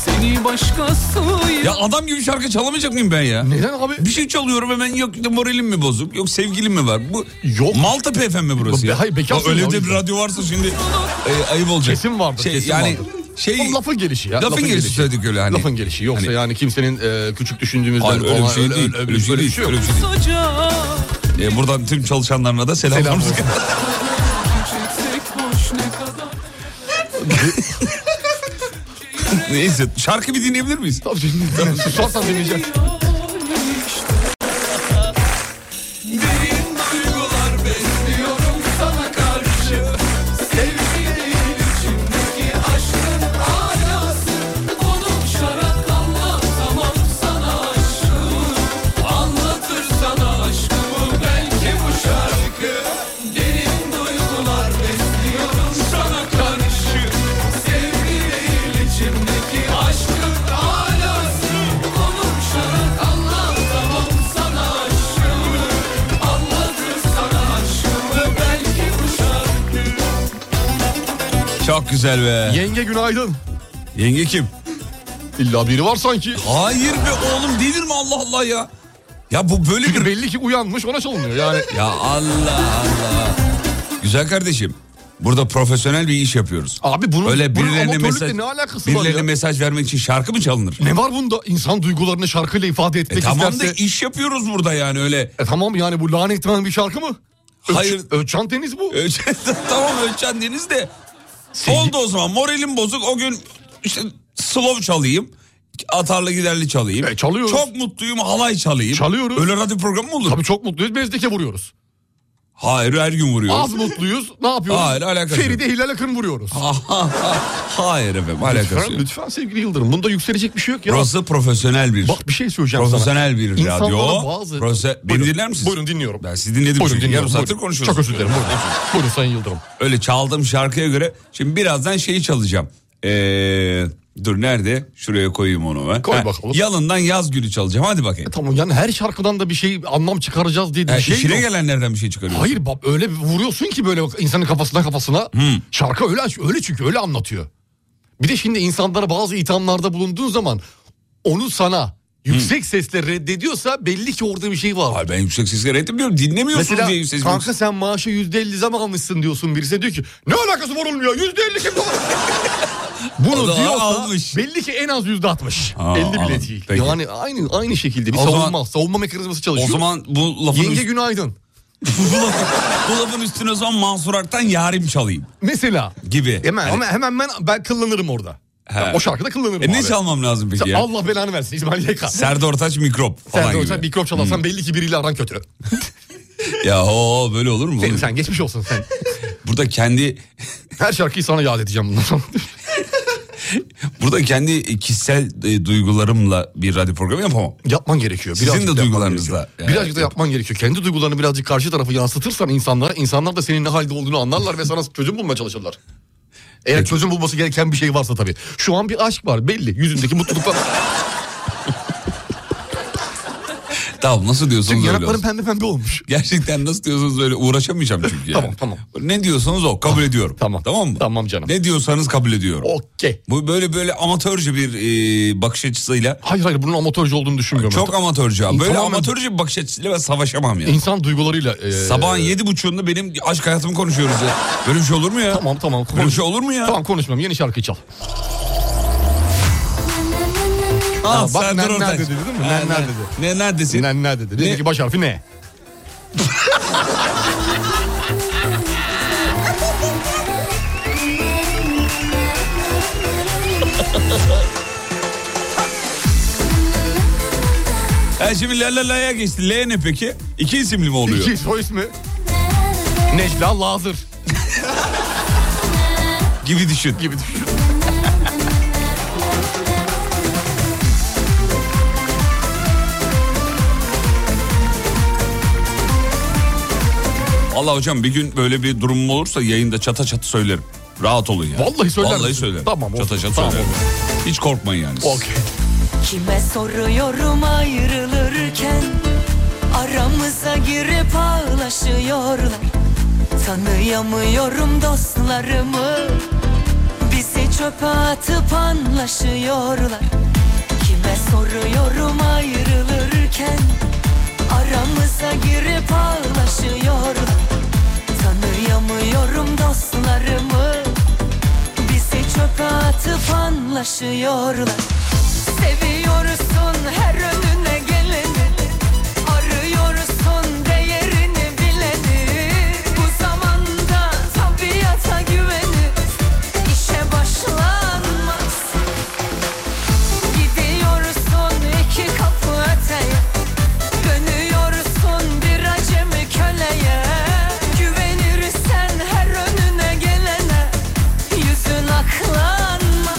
S6: Seni başkasıyla
S2: Ya adam gibi şarkı çalamayacak mıyım ben ya?
S3: Neden abi?
S2: Bir şey çalıyorum hemen yok moralim mi bozuk yok sevgilim mi var? Bu
S3: Yok.
S2: Malta PFM mi burası
S3: Bu-
S2: ya?
S3: hayır, bekarsın
S2: Ya Öyle
S3: ya, o
S2: de bir
S3: yüzden.
S2: radyo varsa şimdi e, ayıp olacak.
S3: Kesin vardır,
S2: Şey,
S3: kesin
S2: yani
S3: vardır.
S2: şey
S3: O lafın gelişi ya.
S2: Lafın gelişi söyledik öyle hani.
S3: Lafın gelişi yoksa
S2: Hani-
S3: yani kimsenin e, küçük düşündüğümüzden
S2: Hayır, öyle bir
S3: olan-
S2: şey değil. Öyle bir şey değil. Öyle bir şey
S6: sıcak
S2: değil. E, buradan tüm çalışanlarına da
S3: Selam
S2: selamlarımızı
S3: olsun.
S2: [LAUGHS] Neyse şarkı bir dinleyebilir miyiz?
S3: Tabii şimdi tamam, susarsam dinleyeceğim.
S2: Çok güzel be.
S3: Yenge günaydın.
S2: Yenge kim?
S3: İlla biri var sanki.
S2: Hayır be oğlum delirme Allah Allah ya. Ya bu böyle bir...
S3: Çünkü belli ki uyanmış ona çalınıyor yani.
S2: Ya Allah Allah. Güzel kardeşim. Burada profesyonel bir iş yapıyoruz.
S3: Abi bunun,
S2: Öyle
S3: bunun
S2: birilerine
S3: amatörlükle
S2: mesaj,
S3: ne alakası var
S2: birilerine
S3: ya?
S2: mesaj vermek için şarkı mı çalınır?
S3: Ne var bunda? İnsan duygularını şarkıyla ifade etmek
S2: E tamam da
S3: isterse...
S2: iş yapıyoruz burada yani öyle.
S3: E tamam yani bu lanetmen bir şarkı mı? Ölç-
S2: Hayır.
S3: Ölçen deniz bu.
S2: Ölçen, [LAUGHS] tamam ölçen deniz de. Oldu o zaman moralim bozuk o gün işte slow çalayım. Atarlı giderli çalayım.
S3: E, çalıyoruz.
S2: Çok mutluyum halay çalayım.
S3: Çalıyoruz.
S2: Öyle radyo programı mı olur?
S3: Tabii çok mutluyuz bezdeke vuruyoruz.
S2: Hayır her gün vuruyoruz.
S3: Az mutluyuz ne yapıyoruz?
S2: Hayır, alakası yok.
S3: Feride Hilal
S2: [LAUGHS]
S3: Akın vuruyoruz.
S2: Ah, Hayır efendim alakası
S3: Lütfen,
S2: yok.
S3: lütfen sevgili Yıldırım bunda yükselecek bir şey yok ya.
S2: Burası profesyonel bir.
S3: Bak bir şey söyleyeceğim sana.
S2: Profesyonel bir
S3: İnsanlara
S2: radyo.
S3: bazı-
S2: Profe- Beni
S3: Buyurun,
S2: dinler misiniz?
S3: Buyurun dinliyorum.
S2: Ben sizi dinledim
S3: Buyurun
S2: çünkü yarım
S3: dinliyorum.
S2: saattir
S3: buyurun.
S2: konuşuyoruz.
S3: Çok özür dilerim. Buyurun, buyurun Sayın Yıldırım.
S2: Öyle çaldığım şarkıya göre şimdi birazdan şeyi çalacağım. Ee, dur nerede? Şuraya koyayım onu ben.
S3: Koy
S2: Ha,
S3: bakalım. E
S2: Yalından yaz gülü çalacağım. Hadi bakayım.
S3: Tamam yani her şarkıdan da bir şey anlam çıkaracağız diye bir
S2: Ha,
S3: şey
S2: işine
S3: yok.
S2: gelenlerden bir şey çıkarıyorsun.
S3: Hayır bab öyle bir vuruyorsun ki böyle bak insanın kafasına kafasına. Şarkı öyle öyle çünkü öyle anlatıyor. Bir de şimdi insanlara bazı ithamlarda bulunduğun zaman onu sana yüksek sesle reddediyorsa belli ki orada bir şey var.
S2: Hayır, ben yüksek sesle etmiyorum. Dinlemiyorsunuz
S3: Mesela
S2: diye yüksek sesle.
S3: kanka sen maaşı yüzde elli zam almışsın diyorsun birisine diyor ki ne alakası var onunla yüzde elli [LAUGHS] kim alır?"
S2: O
S3: Bunu
S2: da
S3: diyorsa
S2: almış.
S3: belli ki en az yüzde altmış.
S2: Ha,
S3: Elli
S2: anladım.
S3: bile değil.
S2: Peki.
S3: Yani aynı aynı şekilde bir
S2: O zaman-
S3: savunma, savunma mekanizması
S2: O
S3: çalışıyor.
S2: zaman bu lafın,
S3: Yenge
S2: üst-
S3: günaydın.
S2: [LAUGHS] bu, lafın, bu lafın üstüne o zaman Mansur Ak'tan yarim çalayım
S3: Mesela.
S2: gibi. Hani
S3: Hemen,
S2: Yani-
S3: hemen, hemen ben, ben kullanırım orada.
S2: He.
S3: Ya o şarkıda kullanırım
S2: E, ne
S3: abi.
S2: çalmam lazım peki
S3: Sen
S2: ya?
S3: Allah belanı versin İsmail YK. Sen,
S2: Serdar Ortaç mikrop falan
S3: de
S2: gibi. Hmm.
S3: olsan mikrop çalarsan belli ki biriyle aran kötü.
S2: Ya o böyle olur mu?
S3: Senin,
S2: oğlum?
S3: sen geçmiş olsun sen.
S2: Burada kendi
S3: Her şarkıyı sana yad edeceğim bundan sonra.
S2: [LAUGHS] burada kendi kişisel e, duygularımla bir radyo programı yapamam.
S3: yapman gerekiyor.
S2: Sizin
S3: birazcık
S2: de
S3: yapman
S2: duygularınızla.
S3: gerekiyor.
S2: Yani-
S3: Birazcık da yapman gerekiyor. Kendi duygularını birazcık karşı tarafı yansıtırsan insanlara, insanlar da senin ne halde olduğunu anlarlar ve sana çözüm bulmaya çalışırlar. Eğer çözüm bulması gereken bir şey varsa tabii. Şu an bir aşk var belli.
S2: [LAUGHS]
S3: Yüzündeki mutluluktan.
S2: Tamam nasıl diyorsunuz
S3: Çünkü
S2: öyle
S3: yanakların
S2: olsun.
S3: pembe pembe olmuş.
S2: Gerçekten nasıl diyorsunuz öyle uğraşamayacağım çünkü yani.
S3: Tamam, tamam.
S2: Ne diyorsanız o kabul ediyorum.
S3: tamam.
S2: Tamam mı?
S3: Tamam canım.
S2: Ne diyorsanız kabul ediyorum.
S3: Okey.
S2: Bu böyle böyle amatörce bir e, bakış açısıyla
S3: Hayır hayır E, bunun amatörce olduğunu düşünmüyorum.
S2: çok amatörce. abi. Böyle
S3: Tamamen-
S2: amatörce bir bakış açısıyla ben savaşamam ya.
S3: İnsan duygularıyla... e,
S2: Sabahın yedi buçuğunda benim aşk hayatımı konuşuyoruz ya. Böyle bir şey olur mu ya?
S3: Tamam tamam.
S2: Böyle bir şey olur mu ya?
S3: Tamam konuşmam yeni şarkıyı çal.
S2: Ah,
S3: bak
S2: Serdar
S3: Nenner
S2: Ortaç.
S3: dedi, değil mi?
S2: Ha,
S3: Nenner
S2: ne-
S3: dedi.
S2: Ne neredesin?
S3: Nenna dedi. Dedi
S2: Ne?
S3: ki baş harfi ne?
S2: Ha şimdi la la la'ya geçti. L ne peki? İki isimli mi oluyor?
S3: İki soy ismi. Necla [LAUGHS] Lazır
S2: Gibi düşün.
S3: gibi düşün.
S2: Allah hocam bir gün böyle bir durumum olursa yayında çata çata söylerim. Rahat olun yani.
S3: Vallahi söyler
S2: Vallahi
S3: misin?
S2: söylerim.
S3: Tamam, olsun.
S2: Çata çata
S3: Tamam,
S2: söylerim. Hiç korkmayın yani. siz.
S3: Okey.
S1: Kime soruyorum ayrılırken Aramıza girip ağlaşıyorlar Tanıyamıyorum dostlarımı Bizi çöpe atıp anlaşıyorlar Kime soruyorum ayrılırken Aramıza girip ağlaşıyorlar Tanıyamıyorum dostlarımı Bizi çöpe atıp anlaşıyorlar Seviyorsun her önüne geleni Arıyorsun değerini bileni Bu zamanda tabiata güvenip işe baş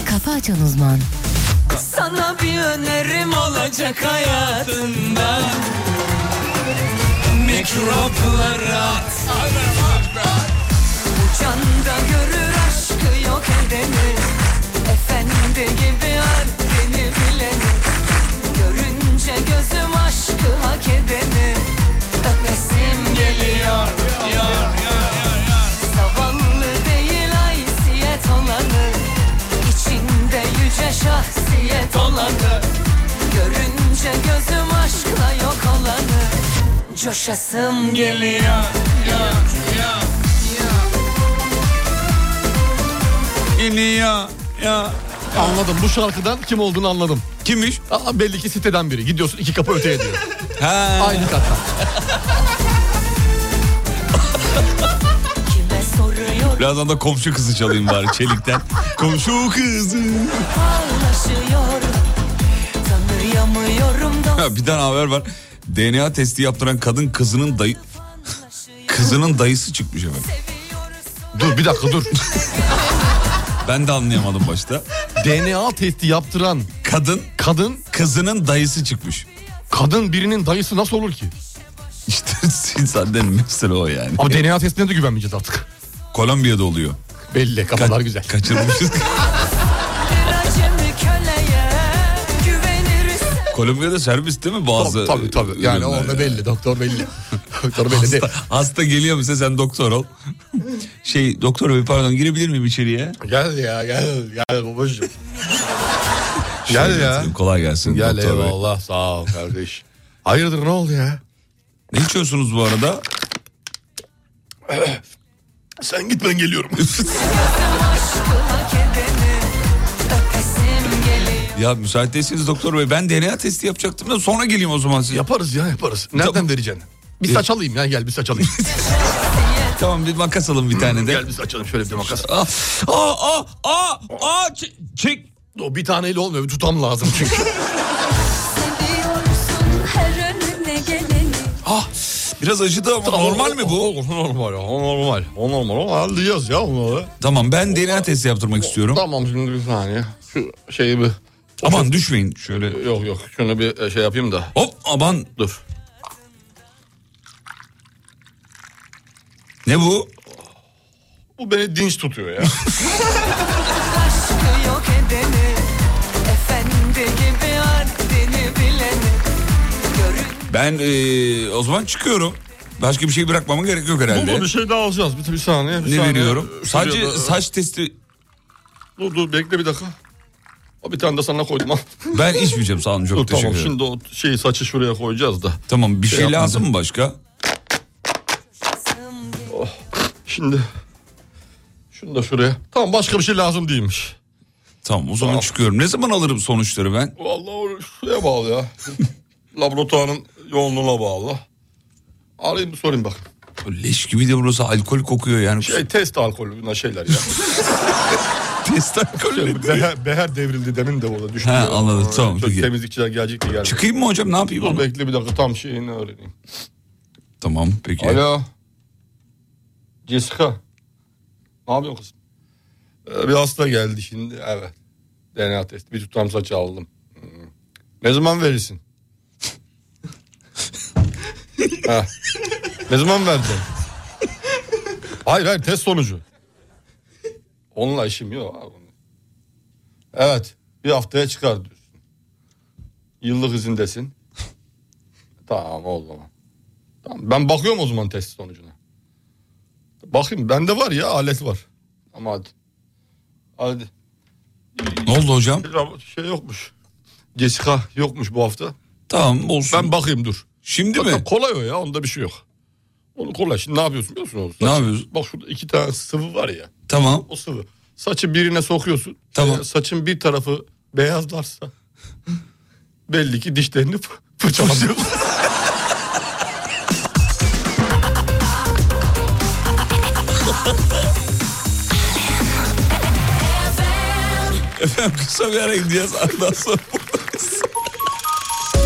S7: Kafaçan Uzman.
S1: Sana bir önerim olacak hayatında
S8: Mikroplara
S1: Canda görür aşkı yok edeni Efendi gibi haddini bileni Görünce gözüm aşkı hak edeni Öpesim geliyor Zavallı değil haysiyet olanı İçinde yüce şahsiyet olanı Görünce gözüm aşkla yok olanı Coşasım geliyor
S2: İniyor ya.
S3: Anladım bu şarkıdan kim olduğunu anladım.
S2: Kimmiş?
S3: Aa, belli ki siteden biri. Gidiyorsun iki kapı öteye diyor.
S2: Ha.
S3: Aynı katta.
S1: Kime soruyor
S2: Birazdan da komşu kızı çalayım bari
S3: [LAUGHS]
S2: çelikten. komşu kızı.
S1: Ağlaşıyor Tanıyamıyorum da
S2: Ha, bir tane haber var. DNA testi yaptıran kadın kızının dayı [LAUGHS] kızının dayısı çıkmış efendim.
S3: Dur bir dakika dur.
S2: [LAUGHS] Ben de anlayamadım başta. [LAUGHS]
S3: DNA testi yaptıran
S2: Kadın
S3: kadın,
S2: kızının dayısı çıkmış.
S3: kadın birinin dayısı nasıl olur ki?
S2: İşte insanların mesela o yani.
S3: Ama DNA testine de güvenmeyeceğiz artık.
S2: Kolombiya'da oluyor.
S3: Belli
S2: Ka-
S3: kafalar güzel. [LAUGHS]
S2: Kaçırmışız.
S1: bir acemi köleye güveniriz
S2: Kolombiya'da servis değil mi bazı?
S3: Tabii tabii. tabii. Yani
S2: ürünler
S3: orada belli.
S2: [LAUGHS]
S3: Doktor belli. doktor belli değil.
S2: Hasta, hasta geliyor bize sen doktor
S3: [LAUGHS]
S2: ol. şey doktor bey pardon girebilir miyim içeriye?
S3: Gel ya gel. Gel babacığım. gel
S2: Şöyle
S3: ya.
S2: dedim, Kolay gelsin
S3: Gel
S2: doktor bey.
S3: eyvallah. Sağ ol kardeş. Hayırdır ne oldu ya?
S2: Ne içiyorsunuz bu arada?
S3: [CLEARS THROAT] Sen git ben geliyorum. [LAUGHS]
S1: Aşkı hak edeni Öpesim geliyor
S2: ya müsait değilsiniz doktor bey. Ben DNA testi yapacaktım da sonra geleyim o zaman size.
S3: yaparız ya yaparız. Nereden
S2: Tamam.
S3: vereceksin? Bir saç alayım ya gel bir saç alayım.
S2: [LAUGHS] Tamam bir makas alın bir tane de. Ah,
S3: gel bir saç alayım şöyle bir de makas.
S2: Aa, aa, aa, aa, aa, çek, çek.
S3: O bir taneyle olmuyor. bir Tutam lazım çünkü.
S1: Seviyorsun her önüne geleni
S2: [LAUGHS] Ah, biraz acıdı ama normal mi bu?
S3: O normal, o normal. O normal. O halledeceğiz ya onları.
S2: Tamam ben DNA testi yaptırmak istiyorum.
S3: Tamam şimdi bir saniye. Şu şeyi bir...
S2: Aman düşmeyin şöyle.
S3: Yok yok şunu bir şey yapayım da.
S2: Hop aman
S3: Dur.
S2: ne bu?
S3: Bu beni dinç tutuyor
S2: [LAUGHS]
S1: [LAUGHS]
S3: ya.
S1: Aşkı yok edeni Efendi gibi haddini bileni Görün
S2: Ben ee, o zaman çıkıyorum. Başka bir şey bırakmamın gerek yok herhalde.
S3: Dur bir şey daha alacağız. Bir, bir saniye. Bir
S2: Ne
S3: saniye.
S2: veriyorum?
S3: Şuraya
S2: Sadece
S3: da-
S2: saç testi.
S3: Dur dur bekle bir dakika. O bir tane de sana koydum. al.
S2: Ben içmeyeceğim sağ olun çok
S3: dur,
S2: teşekkür
S3: tamam
S2: ederim.
S3: şimdi o şeyi saçı şuraya koyacağız da.
S2: Tamam bir şey,
S3: yapmadım.
S2: lazım mı başka?
S3: Şimdi şunu da şuraya. Tamam başka bir şey lazım değilmiş.
S2: Tamam o zaman
S3: Tamam.
S2: çıkıyorum. Ne zaman alırım sonuçları ben?
S3: Vallahi o şuraya
S2: [LAUGHS]
S3: bağlı ya. Laboratuvarın yoğunluğuna bağlı. Arayayım bir sorayım bakayım.
S2: Leş gibi de burası alkol kokuyor yani.
S3: Şey test alkolü bunlar şeyler ya.
S2: [LAUGHS] test alkolü.
S3: Şey, beher, beher devrildi demin de orada düştü.
S2: He,
S3: ya.
S2: anladım, tamam,
S3: Çok
S2: peki.
S3: temizlikçiler gelecek mi gelmedi.
S2: Çıkayım mı hocam ne yapayım?
S3: Dur bekle bir dakika tam şeyini öğreneyim.
S2: Tamam peki.
S3: Alo. Jessica. Ne yapıyorsun kızım? Ee, bir hasta geldi şimdi. Evet. DNA testi. Bir tutam saç aldım. Hmm. Ne zaman verirsin? ha. Ne zaman vereceksin? Hayır hayır test sonucu. Onunla işim yok abi. Evet. Bir haftaya çıkar diyorsun. Yıllık izindesin. Tamam o zaman. Tamam, ben bakıyorum o zaman test sonucuna. Bakayım bende var ya alet var. Ama hadi. Hadi.
S2: Ne oldu hocam?
S3: Şey yokmuş. Jessica yokmuş bu hafta.
S2: Tamam olsun.
S3: Ben bakayım dur.
S2: Şimdi
S3: Zaten
S2: mi?
S3: kolay o ya onda bir şey yok. Onu kolay. Şimdi ne yapıyorsun biliyor musun? oğlum?
S2: Ne
S3: Saç-
S2: yapıyorsun?
S3: Bak şurada iki tane sıvı var ya.
S2: Tamam. [LAUGHS]
S3: O sıvı. Saçı birine sokuyorsun.
S2: Tamam.
S3: Ee, saçın bir tarafı
S2: [LAUGHS]
S3: beyazlarsa belli ki dişlerini fı- fırçalamıyor.
S2: Efendim kısa bir ara gideceğiz. Ondan sonra buradayız.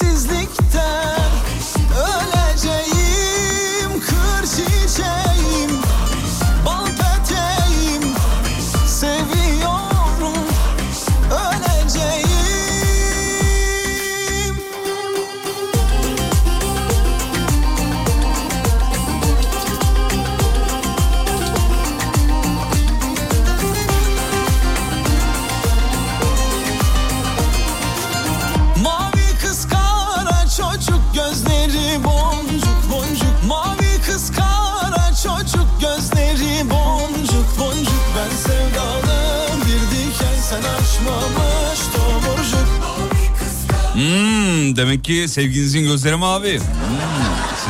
S1: sensizlikten Öleceğim kır çiçeğim Bal peteğim Seviyorum Öleceğim Mavi kız kara çocuk gözleri boncuk boncuk Mavi kız kara çocuk gözleri boncuk boncuk Ben sevdalı bir diken sen açmamış tomurcuk
S2: Hmm, demek ki sevginizin gözleri mavi. Hmm,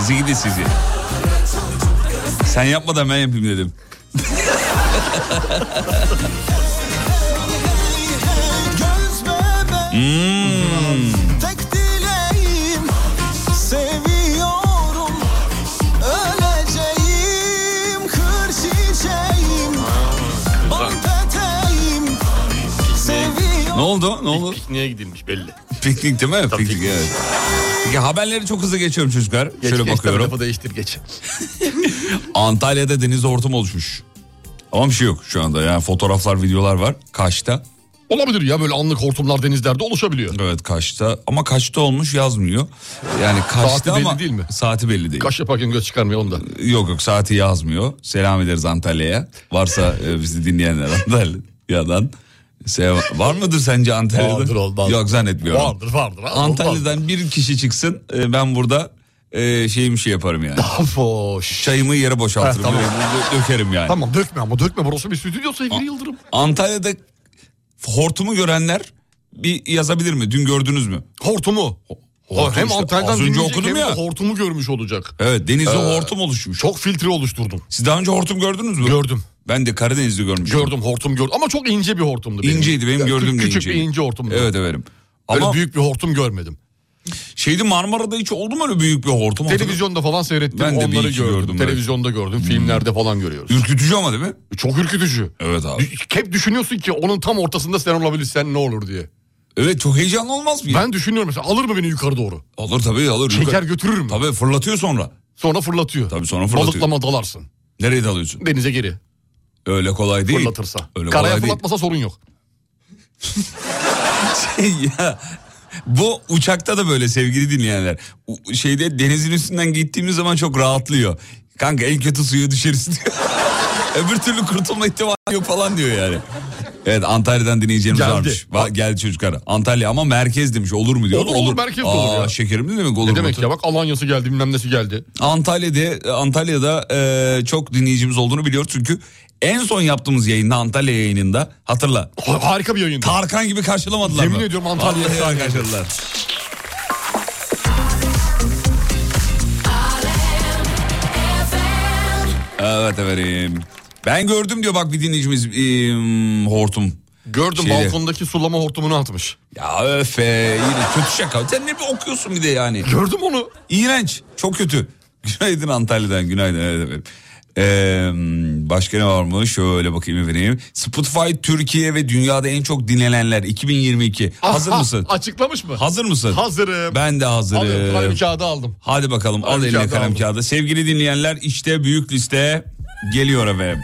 S2: sizi gidi sizi. Sen yapmadan ben yapayım
S3: [LAUGHS]
S2: dedim.
S1: Göz bebek
S2: Hmm.
S1: tek dileğim Seviyorum Öleceğim kır çiçeğim Bal peteğim Seviyorum
S2: Ne oldu? Ne oldu?
S3: Pikniğe gidilmiş belli.
S2: Piknik değil mi?
S3: Tabii,
S2: Piknik
S3: piknik.
S2: evet. Peki haberleri çok hızlı geçiyorum çocuklar.
S3: Geç,
S2: Şöyle
S3: geç,
S2: bakıyorum.
S3: Lafı değiştir geç.
S2: Antalya'da deniz hortum oluşmuş. Ama bir şey yok şu anda. Yani fotoğraflar, videolar var. Kaş'ta.
S3: Olabilir ya böyle anlık hortumlar denizlerde oluşabiliyor.
S2: Evet Kaş'ta. Ama Kaş'ta olmuş yazmıyor. Yani Kaş'ta
S3: Saati belli
S2: ama...
S3: değil mi?
S2: Saati belli değil.
S3: Kaş yaparken göz çıkarmıyor onda.
S2: Yok yok saati yazmıyor. Selam ederiz Antalya'ya. Varsa e, bizi dinleyenler [LAUGHS] Antalya'dan. Şey, var mıdır sence Antalya'da?
S3: Vardır, olmaz.
S2: Yok zannetmiyorum.
S3: Vardır vardır. vardır olmaz.
S2: Antalya'dan bir kişi çıksın e, ben burada e, şeyim şey yaparım yani.
S3: Afoş.
S2: Çayımı yere boşaltırım.
S3: Ha, tamam.
S2: böyle dö- Dökerim yani.
S3: Tamam dökme ama dökme burası bir stüdyo sevgili Yıldırım.
S2: Antalya'da hortumu görenler bir yazabilir mi? Dün gördünüz mü?
S3: Hortumu.
S2: hortum
S3: hem
S2: işte.
S3: Antalya'dan
S2: Az önce
S3: dinleyecek
S2: okudum
S3: hem de
S2: ya.
S3: hortumu görmüş olacak.
S2: Evet denizde hortum oluşmuş.
S3: Çok filtre oluşturdum.
S2: Siz daha önce hortum gördünüz mü?
S3: Gördüm.
S2: Ben de Karadeniz'de görmüştüm.
S3: Gördüm hortum gördüm ama çok ince bir hortumdu. Benim.
S2: İnceydi benim
S3: Ya, kü-
S2: gördüğüm de
S3: Küçük
S2: inceydi.
S3: bir ince hortumdu.
S2: Evet efendim.
S3: Öyle
S2: Ama
S3: büyük bir hortum görmedim.
S2: şeydi Marmara'da hiç oldu mu öyle büyük bir hortum?
S3: Televizyonda falan seyrettim
S2: Ben de bir
S3: onları
S2: iki
S3: gördüm.
S2: gördüm, evet. Hmm.
S3: Televizyonda gördüm filmlerde falan görüyoruz. E,
S2: Ürkütücü ama değil mi?
S3: Çok ürkütücü.
S2: Evet abi.
S3: Hep düşünüyorsun ki onun tam ortasında sen olabilirsen ne olur diye.
S2: Evet çok heyecanlı olmaz mı? ya?
S3: Ben düşünüyorum mesela alır mı beni yukarı doğru?
S2: Alır tabii alır.
S3: Çeker götürür mü?
S2: Tabii fırlatıyor sonra.
S3: Sonra fırlatıyor.
S2: Tabii sonra fırlatıyor.
S3: Balıklama dalarsın.
S2: Nereye dalıyorsun?
S3: Denize geri
S2: Öyle kolay değil.
S3: fırlatırsa.
S2: Öyle
S3: Karaya
S2: kolay değil.
S3: fırlatmasa sorun yok.
S2: [LAUGHS] ya, bu uçakta da böyle sevgili dinleyenler. U- şeyde denizin üstünden gittiğimiz zaman çok rahatlıyor. Kanka en kötü suya düşeriz diyor. [LAUGHS] Öbür türlü kurtulma ihtimali yok falan diyor yani. Evet Antalya'dan dinleyeceğimiz
S3: Geldi.
S2: varmış. Va- geldi çocuklar. Antalya ama merkez demiş olur mu diyor.
S3: Olur, olur, merkez de olur
S2: Aa,
S3: ya.
S2: Şekerim ne demek olur
S3: Ne
S2: mu?
S3: demek ya bak Alanya'sı geldi bilmem nesi geldi.
S2: Antalya'da Antalya'da e, çok dinleyicimiz olduğunu biliyor çünkü en son yaptığımız yayında Antalya yayınında hatırla
S3: Ha- Harika bir yayındı.
S2: Tarkan gibi karşılamadılar
S3: Yemin
S2: mı?
S3: ediyorum Antalya'ya
S2: Vallahi
S3: yani.
S2: karşıladılar. Evet efendim. Ben gördüm diyor bak bir dinleyicimiz e, hortum.
S3: Gördüm
S2: Şeyde.
S3: balkondaki sulama hortumunu atmış.
S2: Ya öfe yine kötü şaka. Sen ne bir okuyorsun bir de yani.
S3: Gördüm onu.
S2: İğrenç. Çok kötü. [LAUGHS] Günaydın Antalya'dan. Günaydın. Evet efendim. Ee, başka ne var mı? Şöyle bakayım efendim. Spotify Türkiye ve dünyada en çok dinlenenler 2022. Hazır
S3: Aha,
S2: mısın?
S3: Açıklamış mı?
S2: Hazır mısın?
S3: Hazırım.
S2: Ben de
S3: Alıyorum,
S2: hazırım.
S3: kalem kağıdı aldım.
S2: Hadi bakalım al
S3: Kalem
S2: eline
S3: kağıdı
S2: kalem
S3: aldım.
S2: kağıdı. Sevgili dinleyenler işte büyük liste geliyor efendim.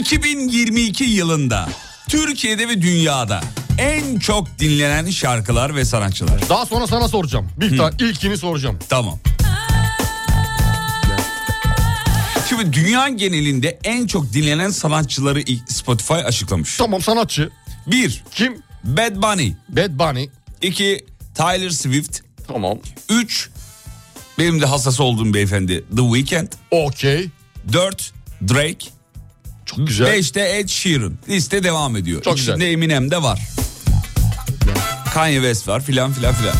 S2: 2022 yılında Türkiye'de ve dünyada en çok dinlenen şarkılar ve sanatçılar.
S3: Daha sonra sana soracağım. Bir tane ilkini soracağım.
S2: Tamam. Şimdi dünya genelinde en çok dinlenen sanatçıları Spotify açıklamış.
S3: Tamam sanatçı.
S2: 1.
S3: Kim?
S2: Bad Bunny.
S3: Bad Bunny.
S2: 2. Tyler Swift.
S3: Tamam.
S2: 3. Benim de hassas olduğum beyefendi The Weeknd.
S3: Okey.
S2: 4. Drake.
S3: Çok güzel.
S2: 5'te Ed Sheeran. Liste devam ediyor.
S3: Çok
S2: İçinde
S3: güzel.
S2: Eminem de var. Kanye West var filan filan filan.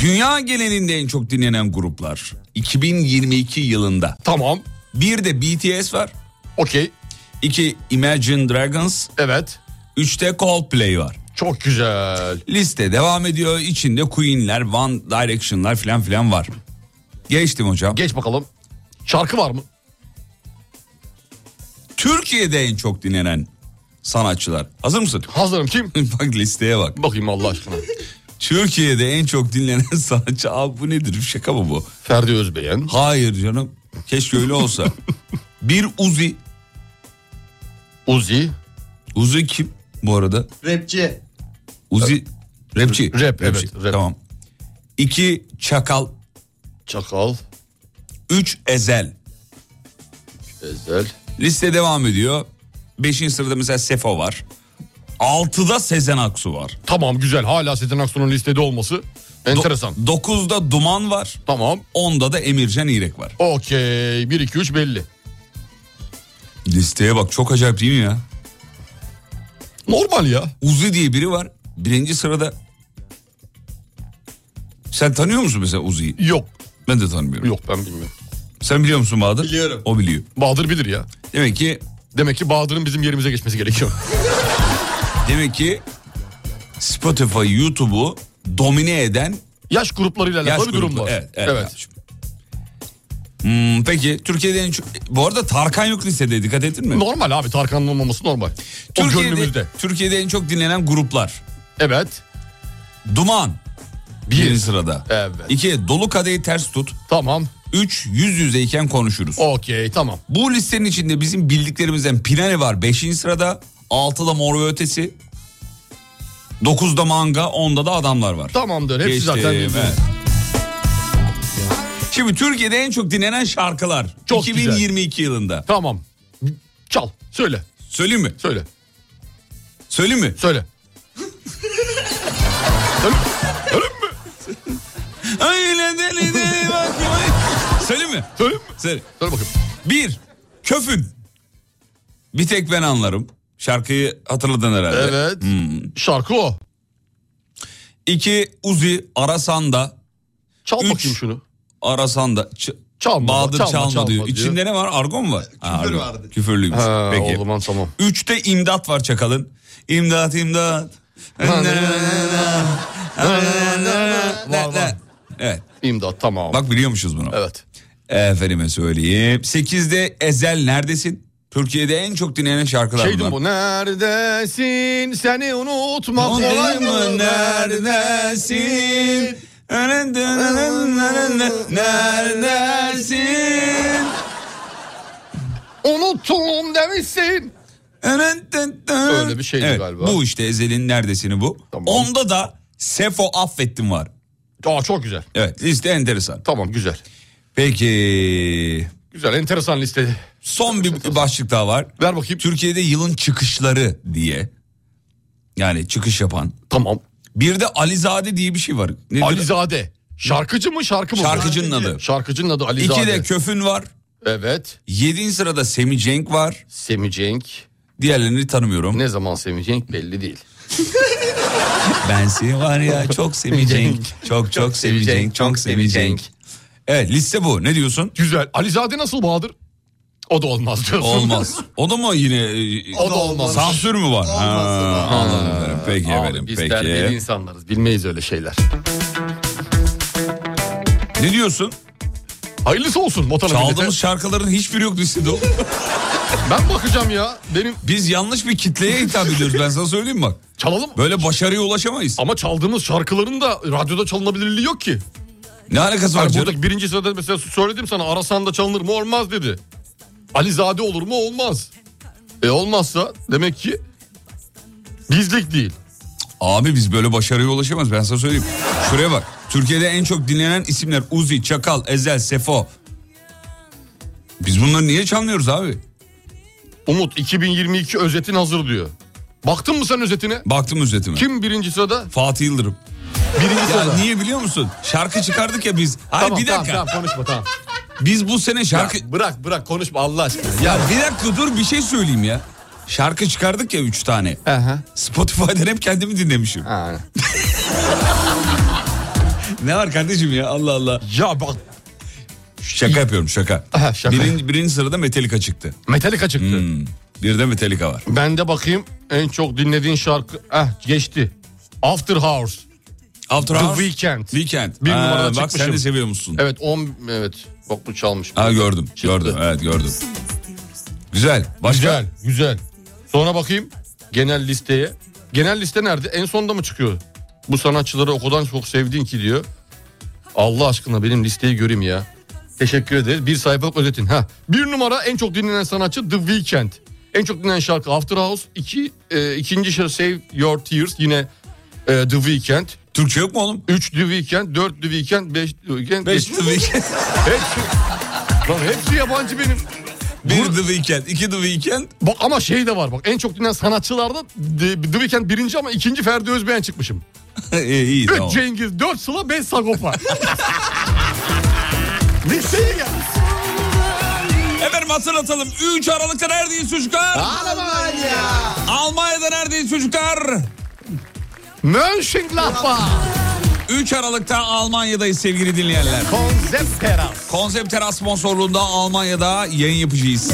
S2: Dünya genelinde en çok dinlenen gruplar 2022 yılında.
S3: Tamam.
S2: Bir de BTS var.
S3: Okey.
S2: İki Imagine Dragons.
S3: Evet.
S2: Üçte Coldplay var.
S3: Çok güzel.
S2: Liste devam ediyor. İçinde Queen'ler, One Direction'lar filan filan var. Geçtim hocam.
S3: Geç bakalım. Şarkı var mı?
S2: Türkiye'de en çok dinlenen sanatçılar. Hazır mısın?
S3: Hazırım. Kim?
S2: [LAUGHS] bak listeye bak.
S3: Bakayım Allah aşkına.
S2: Türkiye'de en çok dinlenen [LAUGHS] sanatçı abi bu nedir? Şaka mı bu?
S3: Ferdi Özbeyen.
S2: Hayır canım. Keşke öyle olsa.
S3: [LAUGHS]
S2: bir Uzi.
S3: Uzi.
S2: Uzi kim bu arada?
S9: Rapçi.
S2: Uzi rapçi.
S3: Rap, evet, rap.
S2: Tamam. İki Çakal.
S3: Çakal.
S2: Üç Ezel.
S3: Ezel.
S2: Liste devam ediyor. Beşinci sırada mesela Sefo var. Altıda Sezen Aksu var.
S3: Tamam güzel. Hala Sezen Aksu'nun listede olması
S2: Do-
S3: enteresan.
S2: dokuzda Duman var.
S3: tamam.
S2: Onda da Emircan İrek var.
S3: Okey. 1 2 3 belli.
S2: Listeye bak çok acayip değil mi ya?
S3: Normal ya.
S2: Uzi diye biri var. Birinci sırada. Sen tanıyor musun mesela Uzi'yi?
S3: Yok.
S2: Ben de tanımıyorum.
S3: Yok ben bilmiyorum.
S2: Sen biliyor musun Bahadır?
S9: Biliyorum.
S2: O biliyor.
S3: Bahadır bilir ya.
S2: Demek ki
S3: Demek ki Bahadır'ın bizim yerimize geçmesi gerekiyor.
S2: [LAUGHS] demek ki Spotify, YouTube'u domine eden
S3: Yaş gruplarıyla alakalı
S2: yaş
S3: bir
S2: grubu.
S3: durum var.
S2: Evet, evet. kardeşim. Hmm, peki Türkiye'de en çok... Bu arada Tarkan yok listede dikkat ettin mi?
S3: Normal abi Tarkan'ın olmaması normal. O gönlümüzde.
S2: Türkiye'de, Türkiye'de en çok dinlenen gruplar.
S3: Evet.
S2: Duman. Birinci sırada.
S3: Evet.
S2: İki, Dolu Kadehi Ters Tut.
S3: Tamam.
S2: Üç, Yüz Yüzeyken Konuşuruz.
S3: Okey tamam.
S2: Bu listenin içinde bizim bildiklerimizden Pinane var 5. sırada. 6'da Mor ve Ötesi. 9'da Manga, 10'da da Adamlar var.
S3: Tamamdır. Hepsi
S2: Geçtim,
S3: zaten bildiğimiz.
S2: evet. Şimdi Türkiye'de en çok dinlenen şarkılar.
S3: Çok
S2: 2022 yılında.
S3: Tamam. Çal. Söyle.
S2: Söyleyeyim mi?
S3: Söyle.
S2: Söyleyeyim mi?
S3: Söyle.
S2: Öyle deli deli bakma. Söyleyeyim mi?
S3: Söyle. mi?
S2: Söyle.
S3: Söyle bakayım.
S2: Bir, Köfün. Bir tek ben anlarım. Şarkıyı hatırladın herhalde. Hmm.
S3: Evet. Şarkı o.
S2: İki, Uzi, Arasanda.
S3: Çal
S2: Üç.
S3: bakayım şunu.
S2: Arasanda. Ç-
S3: Çalma.
S2: Bahadır
S3: çalma,
S2: çalma,
S3: çalma
S2: diyor.
S3: diyor.
S2: İçinde ne var? Argo mu var? Ha, argo.
S9: vardı.
S2: Küfürlüymüş.
S3: Ha,
S2: Peki.
S3: o zaman tamam.
S2: Üçte imdat var çakalın. İmdat imdat.
S3: Var, var.
S2: Evet.
S3: İmdat tamam.
S2: Bak biliyormuşuz bunu.
S3: Evet.
S2: Efendime söyleyeyim. Sekizde Ezel neredesin? Türkiye'de en çok dinlenen şarkılar
S3: Şeydi
S2: bunlar.
S3: bu. Neredesin seni unutmak
S2: Kolay
S3: kolay
S2: mı
S3: mı?
S2: neredesin? Neredesin?
S3: Unuttum demişsin.
S2: Öyle
S3: bir şeydi galiba.
S2: Bu işte Ezel'in neredesini bu.
S3: Tamam.
S2: Onda da Sefo affettim var.
S3: Aa çok güzel.
S2: Evet liste enteresan.
S3: Tamam güzel.
S2: Peki
S3: Güzel enteresan liste.
S2: son bir başlık daha var.
S3: Ver bakayım.
S2: Türkiye'de yılın çıkışları diye. Yani çıkış yapan.
S3: Tamam.
S2: Bir de Alizade diye bir şey var. Nedir?
S3: Alizade. Şarkıcı mı şarkı mı?
S2: Şarkıcının adı.
S3: Şarkıcının adı Alizade.
S2: İki de Köfün var.
S3: Evet.
S2: Yedinci sırada Semih Cenk var.
S3: Semih Cenk.
S2: Diğerlerini tanımıyorum.
S3: Ne zaman Semih Cenk belli değil.
S2: Ben seni var ya çok
S3: [LAUGHS]
S2: Semih Cenk. Çok çok Semih Cenk. Çok Semih Cenk. Evet liste bu. Ne diyorsun?
S3: Güzel. Alizade nasıl Bahadır? O da olmaz diyorsun.
S2: Olmaz. O da mı yine e,
S3: [LAUGHS] O da olmaz.
S2: Sansür mü var? Ha, anladım efendim. Peki efendim.
S3: Abi, biz terbiyeli
S2: Peki.
S3: insanlarız. Bilmeyiz öyle şeyler.
S2: Ne diyorsun?
S3: Hayırlısı olsun Motor
S2: Çaldığımız şarkıların hiçbiri yok listede.
S3: [LAUGHS] Ben bakacağım ya. Benim
S2: Biz yanlış bir kitleye hitap ediyoruz ben sana söyleyeyim bak.
S3: çalalım.
S2: Böyle başarıya ulaşamayız.
S3: Ama çaldığımız şarkıların da radyoda çalınabilirliği yok ki.
S2: Ne alakası var
S3: Hani
S2: canım?
S3: buradaki birinci sırada mesela söyledim sana arasan da çalınır mı olmaz dedi. Alizade olur mu olmaz. E olmazsa demek ki bizlik değil.
S2: Abi biz böyle başarıya ulaşamayız ben sana söyleyeyim. Şuraya bak. Türkiye'de en çok dinlenen isimler Uzi, Çakal, Ezel, Sefo. Biz bunları niye çalmıyoruz abi?
S3: Umut 2022 özetin hazır diyor. Baktın mı sen özetine?
S2: Baktım özetime.
S3: Kim birinci sırada?
S2: Fatih Yıldırım.
S3: Birinci
S2: Ya
S3: sırada.
S2: niye biliyor musun? Şarkı çıkardık ya biz. Hayır
S3: Tamam,
S2: bir dakika.
S3: tamam, tamam, konuşma tamam.
S2: Biz bu sene şarkı...
S3: Ya bırak bırak konuşma Allah aşkına.
S2: Ya, bir dakika dur bir şey söyleyeyim ya. Şarkı çıkardık ya üç tane.
S3: Aha.
S2: Spotify'dan hep kendimi dinlemişim. [LAUGHS] Ne var kardeşim ya Allah Allah.
S3: Ya bak
S2: Şaka yapıyorum şaka.
S3: Aha, şaka.
S2: Birinci, birinci sırada Metallica çıktı.
S3: Metallica çıktı.
S2: Hmm. Bir de Metallica var.
S3: Ben de bakayım en çok dinlediğin şarkı. Eh geçti. After Hours.
S2: After
S3: The
S2: Hours,
S3: Weeknd.
S2: Weekend.
S3: Bir numarada
S2: Bak sen de
S3: çıkmışım.
S2: seviyor musun?
S3: Evet 10 evet. Bak bu çalmış.
S2: Ha gördüm
S3: Çıktı.
S2: gördüm evet gördüm. Güzel. Başka?
S3: Güzel, güzel. Sonra bakayım genel listeye. Genel liste nerede? En sonda mı çıkıyor? Bu sanatçıları o kadar çok sevdin ki diyor. Allah aşkına benim listeyi göreyim ya. Teşekkür ederiz. Bir sayfalık özetin. Ha. Bir numara en çok dinlenen sanatçı The Weeknd. En çok dinlenen şarkı After Hours. İki, e, ikinci şarkı Save Your Tears yine e, The Weeknd.
S2: Türkçe yok mu oğlum?
S3: 3 The Weeknd, 4 The Weeknd, 5 The Weeknd.
S2: 5 The Weeknd.
S3: Hepsi, lan [LAUGHS] hepsi yabancı benim.
S2: 1 The Weeknd. 2 The Weeknd.
S3: Bak ama şey de var bak en çok dinlenen sanatçılarda The, The Weeknd birinci ama ikinci Ferdi Özbeğen
S2: [LAUGHS]
S3: çıkmışım.
S2: iyi, iyi
S3: 3
S2: tamam.
S3: Cengiz, 4 Sıla, 5
S2: [LAUGHS]
S3: Sagopa. Listeyi ya.
S2: Efendim hatırlatalım. 3 Aralık'ta neredeyiz çocuklar? Almanya'da neredeyiz çocuklar?
S3: Mönchengladbach,
S2: 3 Aralık'ta Almanya'dayız sevgili dinleyenler.
S3: Konzept Teras.
S2: Konsept Teras sponsorluğunda Almanya'da yayın yapacağız.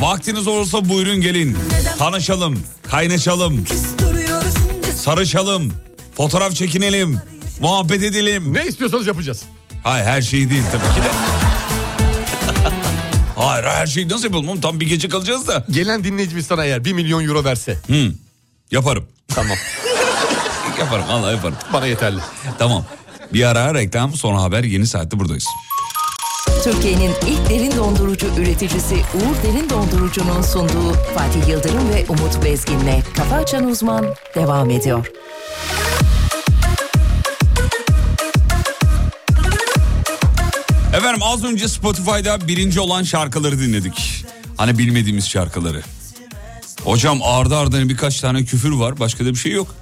S2: Vaktiniz olursa buyurun gelin. Tanışalım, kaynaşalım,
S1: Duruyoruz
S2: sarışalım, fotoğraf çekinelim, muhabbet edelim.
S3: Ne istiyorsanız yapacağız.
S2: Hayır her şey değil tabii ki de. Hayır her şey nasıl yapalım oğlum? Tam bir gece kalacağız da.
S3: Gelen dinleyicimiz sana eğer 1 milyon euro verse
S2: Hmm. Yaparım.
S3: tamam
S2: [LAUGHS] Yaparım vallahi yaparım.
S3: bana yeterli.
S2: Tamam. Bir ara reklam sonra haber yeni saatte buradayız.
S7: Türkiye'nin ilk derin dondurucu üreticisi Uğur Derin Dondurucu'nun sunduğu Fatih Yıldırım ve Umut Bezgin'le Kafa Açan Uzman devam ediyor.
S2: Efendim az önce Spotify'da birinci olan şarkıları dinledik. Hani bilmediğimiz şarkıları. Hocam ardı ardına birkaç tane küfür var başka da bir şey yok.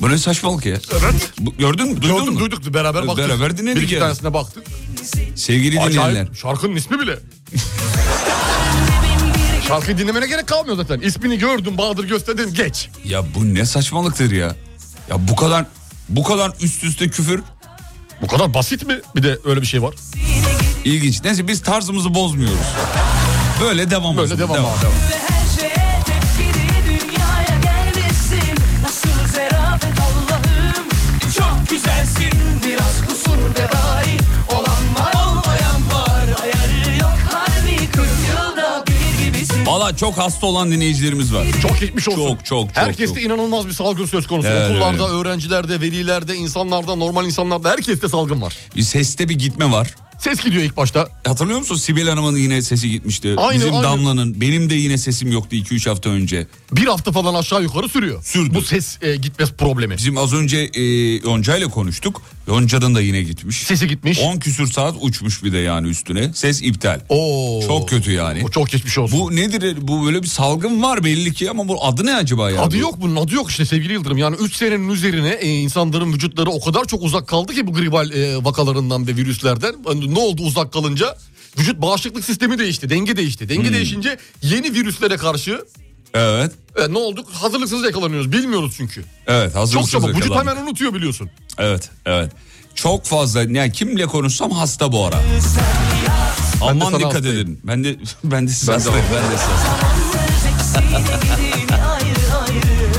S2: Bu ne saçmalık ya. Evet. gördün mü? Duydun
S3: Gördüm
S2: mu? E,
S3: duyduk beraber baktık.
S2: Beraber dinledik
S3: Bir iki
S2: yani.
S3: tanesine baktık.
S2: Sevgili dinleyenler.
S3: Acayip şarkının ismi bile. [LAUGHS] Şarkıyı dinlemene gerek kalmıyor zaten. İsmini gördüm Bahadır gösterdin geç.
S2: Ya bu ne saçmalıktır ya. Ya bu kadar bu kadar üst üste küfür
S3: Bu kadar basit mi? Bir de öyle bir şey var.
S2: ilginç. Neyse biz tarzımızı bozmuyoruz. Böyle devam
S3: Böyle
S2: olsun,
S3: devam abi.
S1: ve her şeye tepkili dünyaya gelmişsin Nasıl zerafet Allah'ım Çok güzelsin biraz kusur be bari Olan var olmayan var Ayarı yok harbi Kırk yılda bir gibisin
S2: Valla çok hasta olan dinleyicilerimiz var.
S3: Çok geçmiş olsun.
S2: Çok, çok, çok,
S3: Herkeste
S2: çok.
S3: inanılmaz bir salgın söz konusu.
S2: Evet,
S3: Okullarda, öğrencilerde, velilerde, insanlarda, normal insanlarda herkeste salgın var.
S2: Bir seste bir gitme var. E,
S3: Ses gidiyor ilk başta.
S2: Hatırlıyor musun Sibel Hanım'ın yine sesi gitmişti.
S3: Aynı,
S2: Bizim
S3: aynı.
S2: Damla'nın benim de yine sesim yoktu 2-3 hafta önce.
S3: Bir hafta falan aşağı yukarı sürüyor.
S2: Sürdü.
S3: Bu ses e, gitmez problemi.
S2: Bizim az önce e, Yonca ile konuştuk. Yonca'nın da yine gitmiş.
S3: Sesi gitmiş.
S2: 10 küsür saat uçmuş bir de yani üstüne. Ses iptal.
S3: Oo.
S2: Çok kötü yani.
S3: O çok geçmiş olsun.
S2: Bu nedir? Bu böyle bir salgın var belli ki ama bu adı ne acaba ya?
S3: Adı
S2: Bu-
S3: yok bunun adı yok işte sevgili Yıldırım. Yani 3 senenin üzerine e, insanların vücutları o kadar çok uzak kaldı ki bu gribal e, vakalarından ve virüslerden. Hani ne oldu uzak kalınca? Vücut bağışıklık sistemi değişti, denge değişti. Denge değişince yeni virüslere karşı
S2: Hmm. Evet.
S3: e, ne olduk? Hazırlıksız yakalanıyoruz. Bilmiyoruz çünkü.
S2: Evet hazır
S3: Çok
S2: mısınız
S3: çabuk. Vücut
S2: yakalandı?
S3: hemen unutuyor biliyorsun.
S2: Evet evet. Çok fazla yani kimle konuşsam hasta bu ara. Aman
S3: sana
S2: dikkat
S3: hastayım.
S2: edin. Ben de [LAUGHS] ben de siz
S3: Ben de
S2: hastayım. Ben de siz hastayım. [LAUGHS]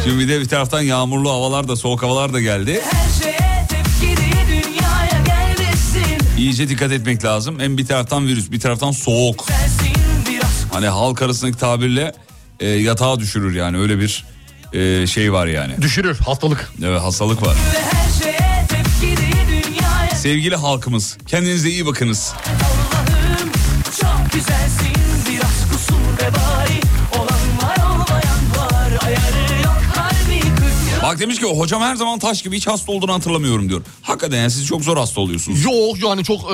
S2: Şimdi bir de bir taraftan yağmurlu havalar da soğuk havalar da geldi.
S1: Her şeye tepkili dünyaya gelmişsin
S2: İyice dikkat etmek lazım. Hem bir taraftan virüs bir taraftan soğuk.
S1: Sensin biraz
S2: Hani halk arasındaki tabirle e, yatağa düşürür yani öyle bir e, şey var yani.
S3: Düşürür hastalık.
S2: Evet hastalık var.
S1: ve her şeye tepkili dünyaya
S2: Sevgili halkımız kendinize iyi bakınız.
S1: Allah'ım çok güzelsin biraz kusur be bari Olan var olmayan var ayarı yok harbi kırk yıl
S2: Bak demiş ki hocam her zaman taş gibi hiç hasta olduğunu hatırlamıyorum diyor. Hakikaten yani siz çok zor hasta oluyorsunuz.
S3: Yok yani çok e,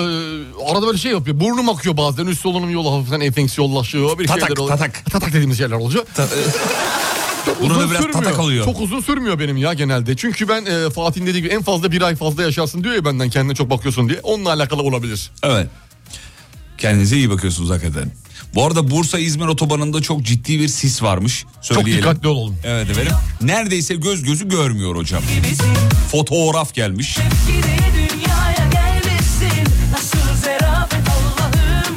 S3: arada böyle şey yapıyor. Burnum akıyor bazen. Üst solunum yolu hafiften enfeksiyonlaşıyor. Bir
S2: Tatak,
S3: şeyler oluyor.
S2: tatak.
S3: Tatak dediğimiz yerler oluyor. Çok
S2: Burada
S3: uzun
S2: biraz tatak alıyor.
S3: Çok uzun sürmüyor benim ya genelde. Çünkü ben e, Fatih'in dediği gibi en fazla bir ay fazla yaşarsın diyor ya benden kendine çok bakıyorsun diye. Onunla alakalı olabilir.
S2: Evet. Kendinize iyi bakıyorsunuz hakikaten. Bu arada Bursa-İzmir otobanında çok ciddi bir sis varmış. Söyleyelim.
S3: Çok dikkatli olalım.
S2: Evet efendim. Neredeyse göz gözü görmüyor hocam. Fotoğraf gelmiş.
S1: Geri dünyaya gelmişsin nasıl zerafet Allah'ım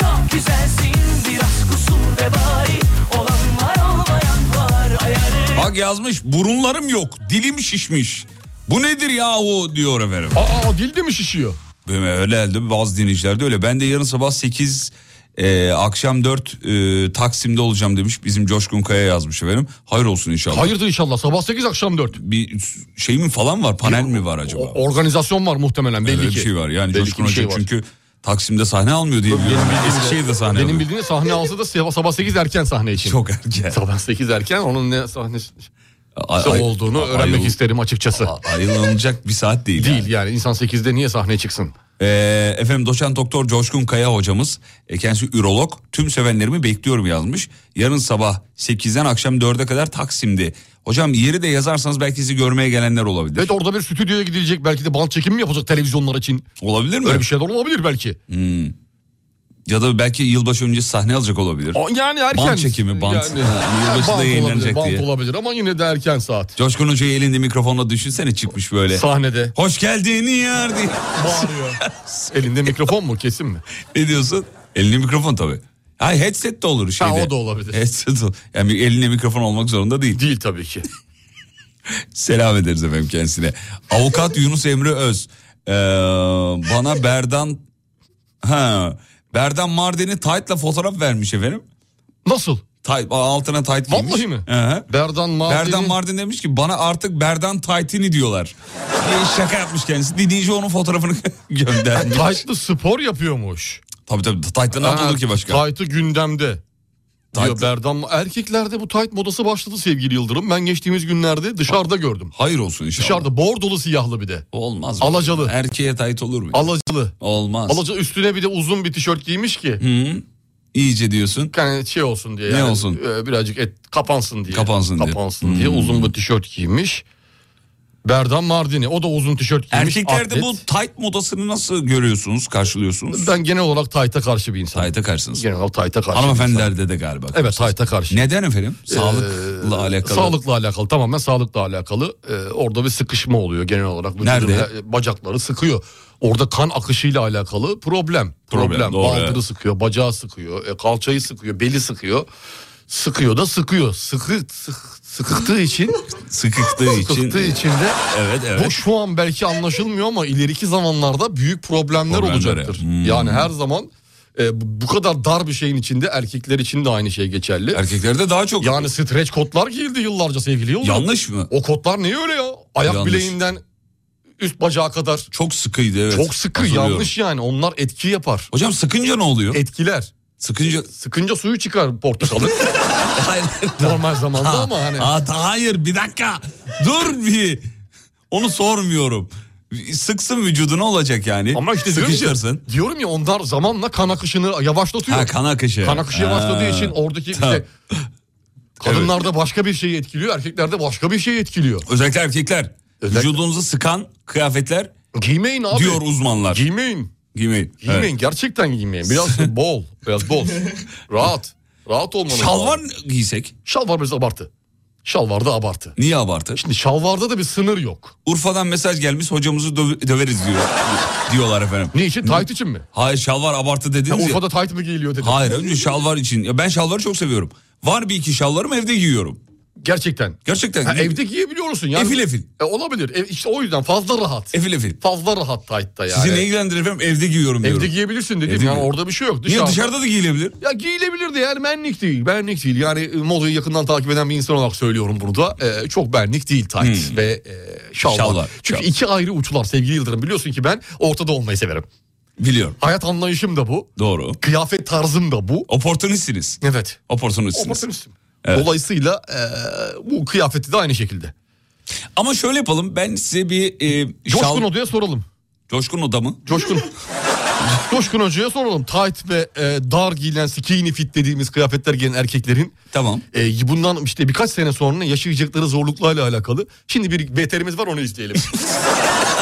S1: Çok güzelsin biraz kusur be bari Olan var olmayan var ayarı
S2: Bak yazmış burunlarım yok dilim şişmiş. Bu nedir yahu diyor efendim.
S3: Aa dil de mi şişiyor?
S2: Böyle öyle elde bazı dinleyiciler de öyle. Ben de yarın sabah 8 Ee, akşam 4 e, Taksim'de olacağım demiş. Bizim Coşkun Kaya yazmış efendim. Hayır olsun inşallah.
S3: Hayırdır inşallah sabah 8 akşam 4.
S2: Bir şey mi falan var? Panel mi var acaba?
S3: O- organizasyon var muhtemelen belli
S2: Öyle
S3: ki.
S2: bir şey var. Yani
S3: Belli
S2: Coşkun
S3: ki bir
S2: Hoca
S3: var.
S2: çünkü Taksim'de sahne almıyor diye biliyorum. Eskişehir'de sahne
S3: Benim
S2: alıyor.
S3: bildiğim sahne alsa da sabah- sabah 8 erken sahne için.
S2: Çok erken.
S3: Sabah 8 erken onun ne sahnesi
S2: Ay- ay-
S3: olduğunu öğrenmek
S2: ayıl-
S3: isterim açıkçası.
S2: Ayrılınacak bir saat değil. yani.
S3: Değil yani insan 8'de niye sahneye çıksın?
S2: Ee, efendim doçent doktor Coşkun Kaya hocamız e, kendisi ürolog tüm sevenlerimi bekliyorum yazmış. Yarın sabah 8'den akşam 4'e kadar Taksim'de. Hocam yeri de yazarsanız belki sizi görmeye gelenler olabilir.
S3: Evet orada bir stüdyoya gidilecek belki de band çekimi mi yapılacak televizyonlar için?
S2: olabilir mi? Hmm.
S3: Öyle bir şeyler olabilir belki.
S2: Ya da belki yılbaşı öncesi sahne alacak olabilir.
S3: O- Yani erken.
S2: Band çekimi, band. Ha, yılbaşı da
S3: band
S2: yayınlanacak
S3: olabilir, band
S2: diye.
S3: olabilir ama yine de erken saat.
S2: Coşkun Hoca'yı elinde mikrofonla düşünsene çıkmış böyle.
S3: Sahnede
S2: Hoş geldin yar diye.
S3: bağırıyor. [LAUGHS] Elinde mikrofon mu kesin mi?
S2: ne diyorsun? Elinde mikrofon tabii. Ha headset de olur şeyde.
S3: o da olabilir.
S2: Headset ol- Yani elinde mikrofon olmak zorunda değil.
S3: Değil tabii ki.
S2: [LAUGHS] Selam ederiz efendim kendisine. Avukat Yunus Emre Öz. Ee, bana Berdan... Ha, Berdan Mardin'i tight'la fotoğraf vermiş efendim.
S3: Nasıl?
S2: Tight, altına tight giymiş.
S3: Vallahi mi?
S2: Hı hı.
S3: Berdan Mardin'i...
S2: Berdan Mardin demiş ki bana artık Berdan Taytini diyorlar. diye şaka yapmış kendisi. Dinleyici onun fotoğrafını [LAUGHS] göndermiş.
S3: Taytlı spor yapıyormuş.
S2: tabii tabii Taytini ne yapılır ki başka?
S3: Taytı gündemde. Diyor
S2: Taytlı-
S3: Berdan. Erkeklerde bu tayt modası başladı sevgili Yıldırım. Ben geçtiğimiz günlerde dışarıda gördüm.
S2: Hayır olsun inşallah.
S3: Dışarıda bordolu siyahlı bir de.
S2: Olmaz. mı?
S3: Alacalı.
S2: Erkeğe tayt olur mu?
S3: Alacalı.
S2: Olmaz.
S3: Alacalı üstüne bir de uzun bir tişört giymiş ki.
S2: İyice diyorsun.
S3: Yani şey olsun diye.
S2: Ne
S3: yani,
S2: olsun?
S3: e, birazcık et, kapansın diye.
S2: Kapansın diye.
S3: Kapansın diye uzun bir tişört giymiş. Berdan Mardini o da uzun tişört giymiş.
S2: Erkeklerde
S3: atlet.
S2: bu tight modasını nasıl görüyorsunuz, karşılıyorsunuz?
S3: Ben genel olarak tayta karşı bir insanım.
S2: Tayta karşısınız.
S3: Genel olarak tayta karşı. bir insanım.
S2: Hanımefendilerde de galiba.
S3: Evet tayta karşı.
S2: Neden
S3: Ee,
S2: efendim? Sağlıkla alakalı.
S3: Sağlıkla alakalı tamamen sağlıkla alakalı. Ee, orada bir sıkışma oluyor genel olarak. Vücudun
S2: Nerede?
S3: her- Bacakları sıkıyor. Orada kan akışıyla alakalı problem.
S2: Problem,
S3: Problem.
S2: doğru,
S3: Baldırı
S2: evet.
S3: sıkıyor, bacağı sıkıyor, e, kalçayı sıkıyor, beli sıkıyor. Sıkıyor da sıkıyor. Sıkı, sık, sıkıktığı için,
S2: [LAUGHS] Sıkıktığı için.
S3: [LAUGHS] sıkıktığı için de
S2: Evet evet.
S3: bu şu an belki anlaşılmıyor ama ileriki zamanlarda büyük problemler
S2: Problemleri.
S3: olacaktır.
S2: Hmm.
S3: Yani her zaman e, bu bu kadar dar bir şeyin içinde erkekler için de aynı şey geçerli.
S2: Erkeklerde daha çok.
S3: Yani streç kotlar giyildi yıllarca sevgili Yıldırım.
S2: Yanlış mı?
S3: O kotlar niye öyle ya? Ayak
S2: Yanlış.
S3: bileğinden üst bacağa kadar.
S2: Çok sıkıydı evet.
S3: Çok sıkı
S2: Hatırlıyorum.
S3: yanlış yani. Onlar etki yapar.
S2: Hocam sıkınca ne oluyor?
S3: Etkiler.
S2: Sıkınca...
S3: Sıkınca suyu
S2: [LAUGHS]
S3: çıkar portakalın.
S2: Hayır.
S3: Normal zamanda ama hani.
S2: Aa, ta- hayır bir dakika. Dur bir. Onu sormuyorum. Sıksın vücuduna olacak yani.
S3: Ama işte diyorum ya,
S2: Sıkıştırsın.
S3: diyorum ya onlar zamanla kan akışını yavaşlatıyor.
S2: Ha kan akışı.
S3: kan akışı
S2: Ha.
S3: yavaşladığı için oradaki
S2: Tamam. [LAUGHS]
S3: işte kadınlarda başka bir şey etkiliyor, erkeklerde başka bir şey etkiliyor.
S2: Özellikle erkekler.
S3: Özellikle-
S2: Vücudunuzu sıkan kıyafetler
S3: Giymeyin abi.
S2: diyor uzmanlar.
S3: Giymeyin.
S2: Giymeyin.
S3: Giymeyin
S2: Evet.
S3: gerçekten giymeyin. Biraz bol,
S2: [LAUGHS]
S3: biraz bol. Rahat. Rahat olmanız
S2: Şalvar
S3: lazım.
S2: giysek
S3: Şalvar biraz abartı. Şalvar da abartı.
S2: niye abartı?
S3: Şimdi şalvarda da bir sınır yok.
S2: Urfa'dan mesaj gelmiş hocamızı döve- döveriz diyor. [LAUGHS] diyorlar efendim.
S3: Ne için? Tayt için mi?
S2: Hayır şalvar abartı
S3: Ya
S2: dediniz ya.
S3: Urfa'da tayt mı giyiliyor dedim.
S2: Hayır önce şalvar için. Ya ben şalvarı çok seviyorum. Var bir iki şalvarım evde giyiyorum.
S3: Gerçekten.
S2: Gerçekten.
S3: Ha, evde giyebiliyorsun yani.
S2: Efil efil.
S3: E, olabilir. E, işte o yüzden fazla rahat.
S2: Efil efil.
S3: Fazla rahat taytta yani.
S2: Sizi ne ilgilendirir efendim? Evde giyiyorum diyorum.
S3: Evde giyebilirsin dedim.
S2: Evde
S3: yani
S2: giy-
S3: orada bir şey yok.
S2: Niye dışarıda da giyilebilir?
S3: Ya giyilebilirdi yani benlik değil. Benlik değil. Yani e, modayı yakından takip eden bir insan olarak söylüyorum bunu da. E, çok benlik değil tayt ve e,
S2: Hmm.
S3: şalvar.
S2: Şalvar,
S3: Çünkü
S2: şalvar.
S3: iki ayrı uçlar sevgili Yıldırım. Biliyorsun ki ben ortada olmayı severim.
S2: Biliyorum.
S3: Hayat anlayışım da bu.
S2: Doğru.
S3: Kıyafet tarzım da bu.
S2: Oportunistsiniz.
S3: Evet.
S2: Oportunistsiniz.
S3: Oportunistim. Dolayısıyla e, bu kıyafeti de aynı şekilde.
S2: Ama şöyle yapalım. Ben size bir e,
S3: Coşkun
S2: şal...
S3: Hoca'ya soralım.
S2: Coşkun Oda mı? [LAUGHS]
S3: Coşkun. Coşkun Hoca'ya soralım. Tight ve e, dar giyilen skinny fit dediğimiz kıyafetler giyen erkeklerin
S2: Tamam.
S3: e, bundan işte birkaç sene sonra yaşayacakları zorluklarla alakalı. Şimdi bir beterimiz var onu isteyelim.
S2: [LAUGHS]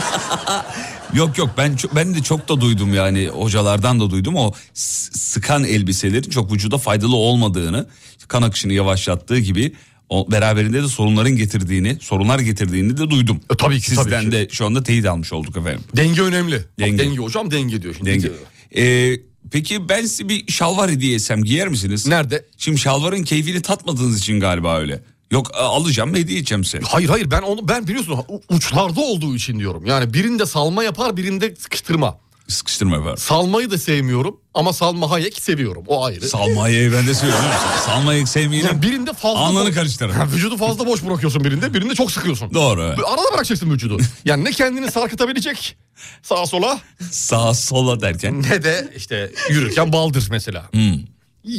S2: Yok yok ben ço- ben de çok da duydum yani hocalardan da duydum o s- sıkan elbiselerin çok vücuda faydalı olmadığını, kan akışını yavaşlattığı gibi o beraberinde de sorunların getirdiğini, sorunlar getirdiğini de duydum.
S3: E, tabii ki, tabii
S2: Sizden
S3: ki.
S2: de şu anda teyit almış olduk efendim.
S3: denge önemli. Bak,
S2: Denge.
S3: Denge. hocam denge diyor. Şimdi
S2: Denge. Ee, peki ben size bir şalvar hediye etsem giyer misiniz?
S3: Nerede?
S2: Şimdi şalvarın keyfini tatmadığınız için galiba öyle. Yok a- alacağım hediye edeceğim size.
S3: Hayır hayır ben onu ben biliyorsun u- uçlarda olduğu için diyorum. Yani birinde salma yapar birinde sıkıştırma.
S2: Sıkıştırma efendim.
S3: Salmayı da sevmiyorum ama Salma Hayek seviyorum. O ayrı.
S2: Salmayı ben de seviyorum. biliyor musun? Salmayı sevmeyelim.
S3: Yani birinde fazla...
S2: Alnını
S3: boş-
S2: karıştırır.
S3: Ha, vücudu fazla boş bırakıyorsun birinde, birinde çok sıkıyorsun.
S2: Doğru. evet.
S3: Arada bırakacaksın vücudu. Yani ne kendini sarkıtabilecek sağa sola
S2: Sağa sola derken. Hmm,
S3: ne de işte yürürken baldır mesela.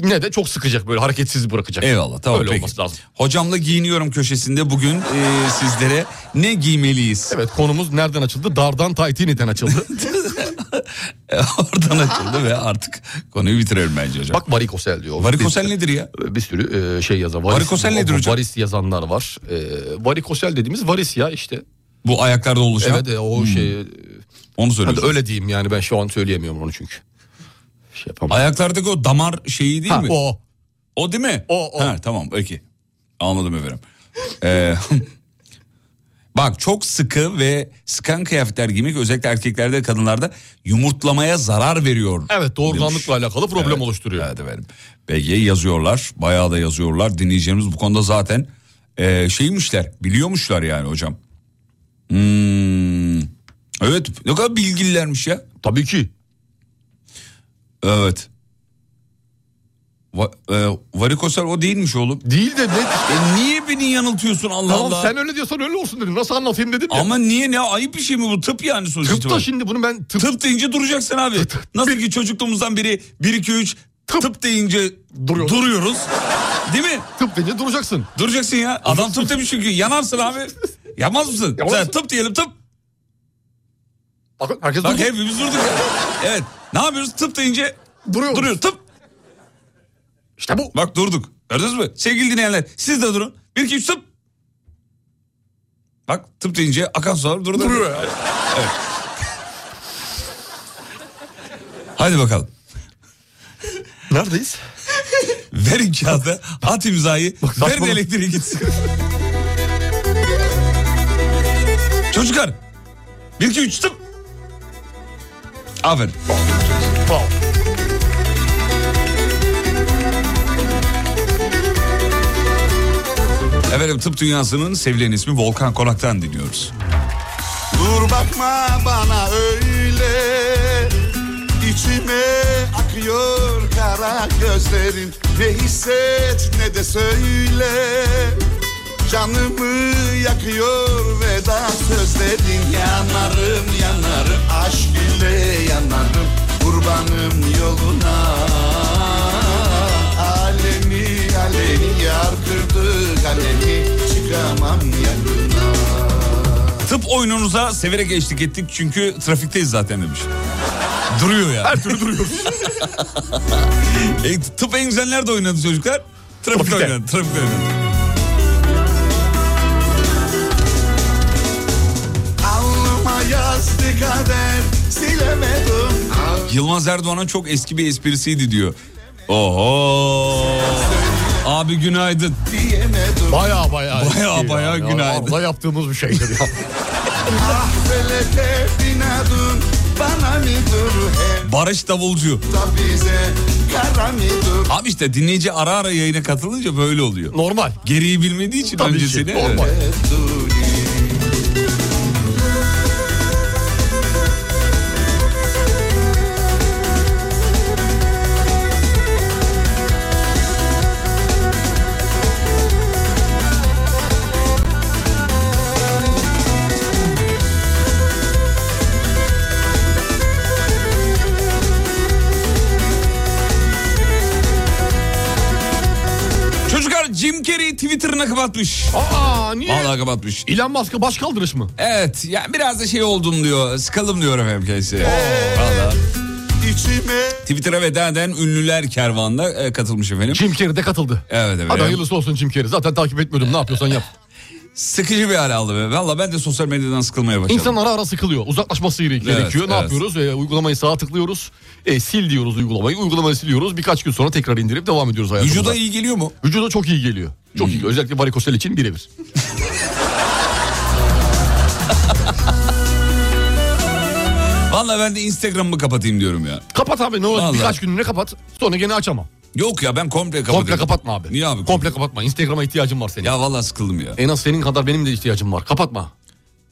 S3: Ne de çok sıkacak böyle hareketsiz bırakacak.
S2: Eyvallah tamam
S3: Öyle
S2: peki.
S3: olması lazım.
S2: Hocamla giyiniyorum köşesinde bugün e, sizlere ne giymeliyiz?
S3: Evet
S2: [LAUGHS]
S3: konumuz nereden açıldı? Dardan Taytini'den açıldı.
S2: Oradan açıldı ve artık konuyu bitirelim bence hocam. Bak,
S3: Bak varikosel diyor.
S2: Varikosel nedir ya?
S3: bir sürü e, şey yazar. Varis,
S2: Varikosel nedir hocam?
S3: Varis yazanlar var. E, varikosel dediğimiz varis ya işte.
S2: Bu ayaklarda oluşan. Hmm.
S3: Evet e, o şey. e,
S2: Onu
S3: Hadi
S2: söylüyorsun.
S3: öyle diyeyim yani ben şu an söyleyemiyorum onu çünkü. Şey yapamam.
S2: Ayaklardaki o damar şeyi değil
S3: Ha,
S2: mi?
S3: o.
S2: O değil mi?
S3: O, o.
S2: Ha, tamam peki. Anladım efendim. Ee, [LAUGHS] bak çok sıkı ve sıkan kıyafetler giymek özellikle erkeklerde kadınlarda yumurtlamaya zarar veriyor.
S3: Evet
S2: demiş.
S3: doğurganlıkla alakalı problem
S2: Evet,
S3: oluşturuyor.
S2: Evet efendim. Peki yazıyorlar bayağı da yazıyorlar. Dinleyeceğimiz bu konuda zaten e, şeymişler biliyormuşlar yani hocam. Hmm. Evet ne kadar bilgililermiş ya.
S3: Tabii ki.
S2: Evet. Va, e, varikosel o değilmiş oğlum.
S3: Değil de ne?
S2: E niye beni yanıltıyorsun Allah
S3: Tamam
S2: Allah?
S3: sen öyle diyorsan öyle olsun dedim. Nasıl anlatayım dedim ya.
S2: Ama niye ne ayıp bir şey mi bu tıp yani sonuç
S3: Tıp da
S2: itibariyle.
S3: şimdi bunu ben tıp,
S2: Tıp deyince duracaksın abi. Nasıl ki çocukluğumuzdan beri 1 2 3 tıp, deyince
S3: Duruyoruz.
S2: duruyoruz. Değil mi?
S3: tıp deyince duracaksın.
S2: Duracaksın ya. Adam tıp demiş çünkü yanarsın abi. Yapmaz mısın?
S3: Yapamazsın.
S2: Sen tıp diyelim tıp.
S3: Bakın herkes
S2: Bak
S3: durdu-
S2: hepimiz durduk ya. Evet. Ne yapıyoruz? Tıp deyince
S3: duruyor.
S2: duruyor tıp.
S3: İşte bu.
S2: Bak durduk. Gördünüz mü? Sevgili dinleyenler siz de durun. 1 2 3 tıp. Bak tıp deyince akan sular durdu.
S3: Duruyor ya.
S2: Hadi bakalım.
S3: Neredeyiz?
S2: Verin kağıdı, at imzayı, verin
S3: saçmalama.
S2: elektriği gitsin. Çocuklar. 1 2 3 tıp. Aferin.
S3: Wow.
S2: Efendim tıp dünyasının sevilen ismi Volkan Konak'tan dinliyoruz.
S10: Dur bakma bana öyle İçime akıyor kara gözlerin Ne hisset ne de söyle Canımı yakıyor veda sözlerin Yanarım yanarım aşk ile yanarım Kurbanım yoluna Alemi alemi yar kırdı kalemi Çıkamam yakına
S2: Tıp oyununuza severek eşlik ettik çünkü trafikteyiz zaten demiş. Duruyor ya. Her türlü [LAUGHS] duruyoruz. tıp en güzel nerede oynadı çocuklar? Trafikte,
S3: Trafikte.
S2: oynadı. Trafikte oynadı.
S10: Alnıma yazdı kader silemedim
S2: Yılmaz Erdoğan'ın çok eski bir esprisiydi diyor. Oho. Abi günaydın.
S10: diyemedim
S3: Baya baya.
S2: Baya
S3: eski
S2: baya
S3: ya.
S2: günaydın.
S3: Arada yaptığımız bir şeydir ya.
S10: Ah feleke binadın bana mı dur hep
S2: [LAUGHS] Barış Davulcu.
S10: da bize kara mı dur
S2: Abi işte dinleyici ara ara yayına katılınca böyle oluyor.
S3: Normal.
S2: Geriyi bilmediği için
S3: Tabii
S2: öncesini.
S3: ki.
S2: evet.
S3: Normal.
S2: Çocuklar Jim Carrey Twitter'ını kapatmış.
S3: Aa niye?
S2: Vallahi kapatmış.
S3: Elon Musk'a baş kaldırış mı?
S2: Evet yani biraz da şey oldum diyor. Sıkalım diyor efendim kendisi. Vallahi.
S10: İçime
S2: Twitter'a veda eden ünlüler kervanına e, katılmış efendim.
S3: Jim Carrey de katıldı.
S2: Evet evet.
S3: Hadi hayırlısı olsun Jim Carrey. Zaten takip etmiyordum ne yapıyorsan yap.
S2: [LAUGHS] Sıkıcı bir hal aldı be. Valla ben de sosyal medyadan sıkılmaya başladım.
S3: İnsan ara ara sıkılıyor. Uzaklaşması gere- gerekiyor. ne
S2: evet.
S3: yapıyoruz? Ee, uygulamayı sağa tıklıyoruz. Ee, sil diyoruz uygulamayı. Uygulamayı siliyoruz. Birkaç gün sonra tekrar indirip devam ediyoruz hayatımıza.
S2: Vücuda iyi geliyor mu?
S3: Vücuda çok iyi geliyor. Çok iyi. Özellikle varikosel için birebir.
S2: Valla ben de Instagram'ımı kapatayım diyorum ya.
S3: Kapat abi ne olur.
S2: Vallahi.
S3: Birkaç günlüğüne kapat. Sonra gene aç ama.
S2: Yok ya ben komple kapatayım.
S3: Komple kapatma abi.
S2: Niye abi?
S3: Komple kapatma. Instagram'a ihtiyacım var senin.
S2: Ya valla sıkıldım ya.
S3: En az senin kadar benim de ihtiyacım var. Kapatma.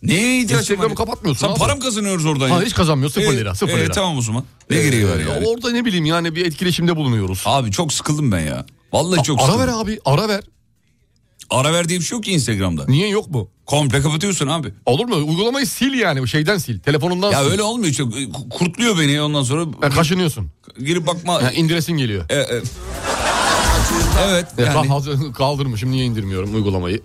S2: Neye ihtiyaç
S3: Instagram'ı
S2: var ya?
S3: kapatmıyorsun
S2: Sen
S3: abi.
S2: para mı kazanıyoruz oradan
S3: Ha, hiç kazanmıyor, sıfır
S2: E,
S3: lira, sıfır
S2: e,
S3: lira. Ee,
S2: Tamam o zaman. Ne gereği var yani?
S3: Orada ne bileyim yani bir etkileşimde bulunuyoruz.
S2: Abi çok sıkıldım ben ya. Vallahi çok
S3: ara
S2: sıkıldım.
S3: ver abi ara ver.
S2: Ara ver diye bir şey yok ki Instagram'da.
S3: Niye yok mu?
S2: Komple kapatıyorsun abi.
S3: Olur mu? Uygulamayı sil yani şeyden sil. Telefonundan
S2: Ya
S3: sil.
S2: öyle olmuyor işte. Kurtluyor beni ondan sonra
S3: Ya kaşınıyorsun.
S2: girip bakma.
S3: Ya indiresin geliyor.
S2: E, e. Evet
S3: Ya
S2: yani.
S3: kal- Kaldırmışım niye indirmiyorum uygulamayı?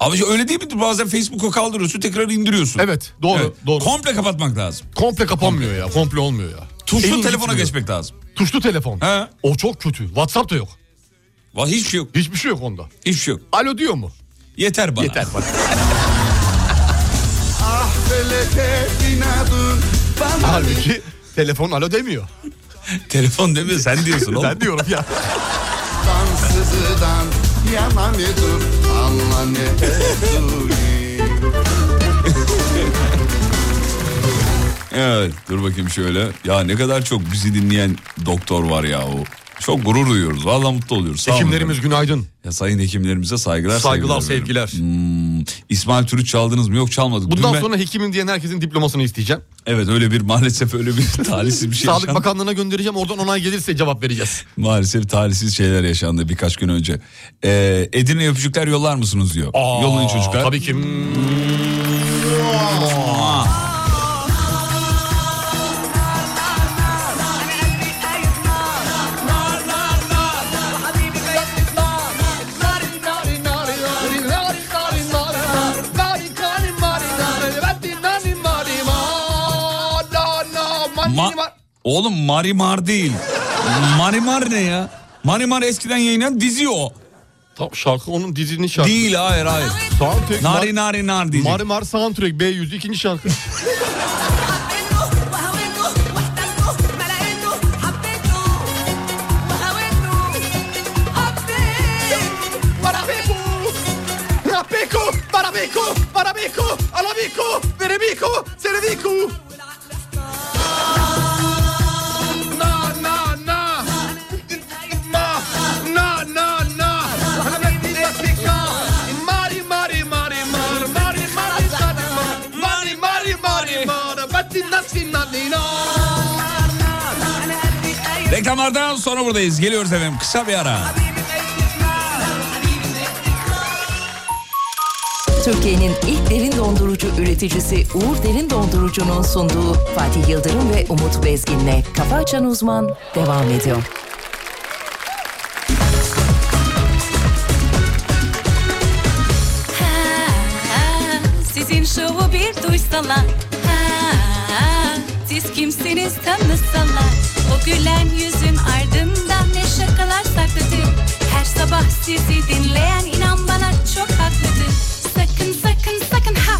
S2: Ama işte şey, öyle değil mi? Bazen Facebook'a kaldırıyorsun tekrar indiriyorsun.
S3: Evet doğru
S2: Evet.
S3: doğru.
S2: Komple kapatmak lazım.
S3: komple kapanmıyor ya komple olmuyor ya.
S2: Tuşlu
S3: Elin
S2: telefona
S3: gitmiyor.
S2: geçmek lazım.
S3: Tuşlu telefon.
S2: He.
S3: O çok kötü. WhatsApp da yok.
S2: Vah hiçbir şey yok.
S3: Hiçbir şey yok onda.
S2: Hiçbir şey yok.
S3: Alo diyor mu?
S2: Yeter bana.
S3: Yeter bak.
S10: ah, Feleke binadın bana
S3: [LAUGHS] Halbuki telefon alo demiyor.
S2: [LAUGHS] Telefon demiyor sen
S3: [LAUGHS]
S2: diyorsun oğlum.
S3: Ben diyorum ya.
S10: Dansızıdan yana mı dur Anla ne ettiğini.
S2: Evet dur bakayım şöyle. Ya ne kadar çok bizi dinleyen doktor var ya o. Çok gurur duyuyoruz. Valla mutlu oluyoruz. Sağ olun
S3: Hekimlerimiz
S2: efendim.
S3: günaydın.
S2: Ya sayın hekimlerimize saygılar.
S3: Saygılar,
S2: sevgiler
S3: sevgiler.
S2: veriyorum. Hmm, İsmail Türüç çaldınız mı? Yok çalmadık. Dün
S3: Bundan
S2: ben-
S3: sonra hekimim diyen herkesin diplomasını isteyeceğim.
S2: Evet öyle bir maalesef öyle bir [LAUGHS] talihsiz bir şey
S3: Sağlık
S2: yaşandı.
S3: Bakanlığı'na göndereceğim. Oradan onay gelirse cevap vereceğiz.
S2: Maalesef talihsiz şeyler yaşandı birkaç gün önce. Ee, Edirne öpücükler yollar mısınız diyor. Yollayın çocuklar.
S3: Tabii ki.
S2: Ma- Oğlum Marimar değil. Marimar ne ya? Marimar eskiden yayınlanan dizi o.
S3: Tam şarkı onun dizinin şarkısı.
S2: Değil hayır hayır.
S3: Soundtrack.
S2: Nari nari nar diyecek.
S3: Mari Mar Soundtrack B100 ikinci şarkı.
S2: Reklamlardan sonra buradayız. Geliyoruz efendim kısa bir ara.
S7: Türkiye'nin ilk derin dondurucu üreticisi Uğur Derin Dondurucu'nun sunduğu Fatih Yıldırım ve Umut Bezgin'le Kafa Açan Uzman devam ediyor.
S11: Ha, Sizin şovu bir duysalar Ha, Siz kimsiniz tanısalar O gülen yüzün ardından ne şakalar saklıdır Her sabah sizi dinleyen inan bana çok haklıdır Sakın sakın sakın ha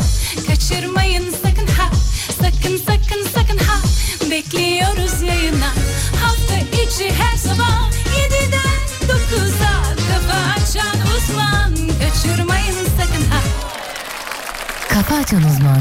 S11: Kaçırmayın sakın ha Sakın sakın sakın ha Bekliyoruz yayına Hafta içi her sabah 7'den 9'a Kafa açan uzman Kaçırmayın sakın ha
S7: Kafa Açan Uzman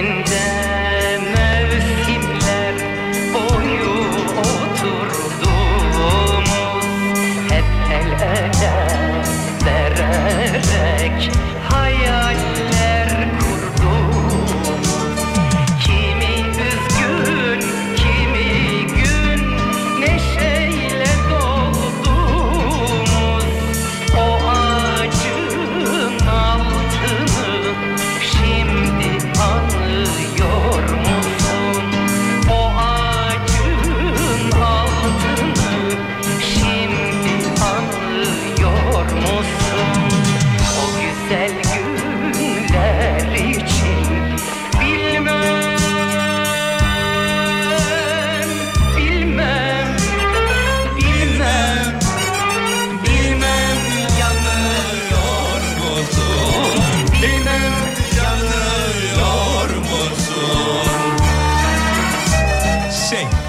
S1: Gör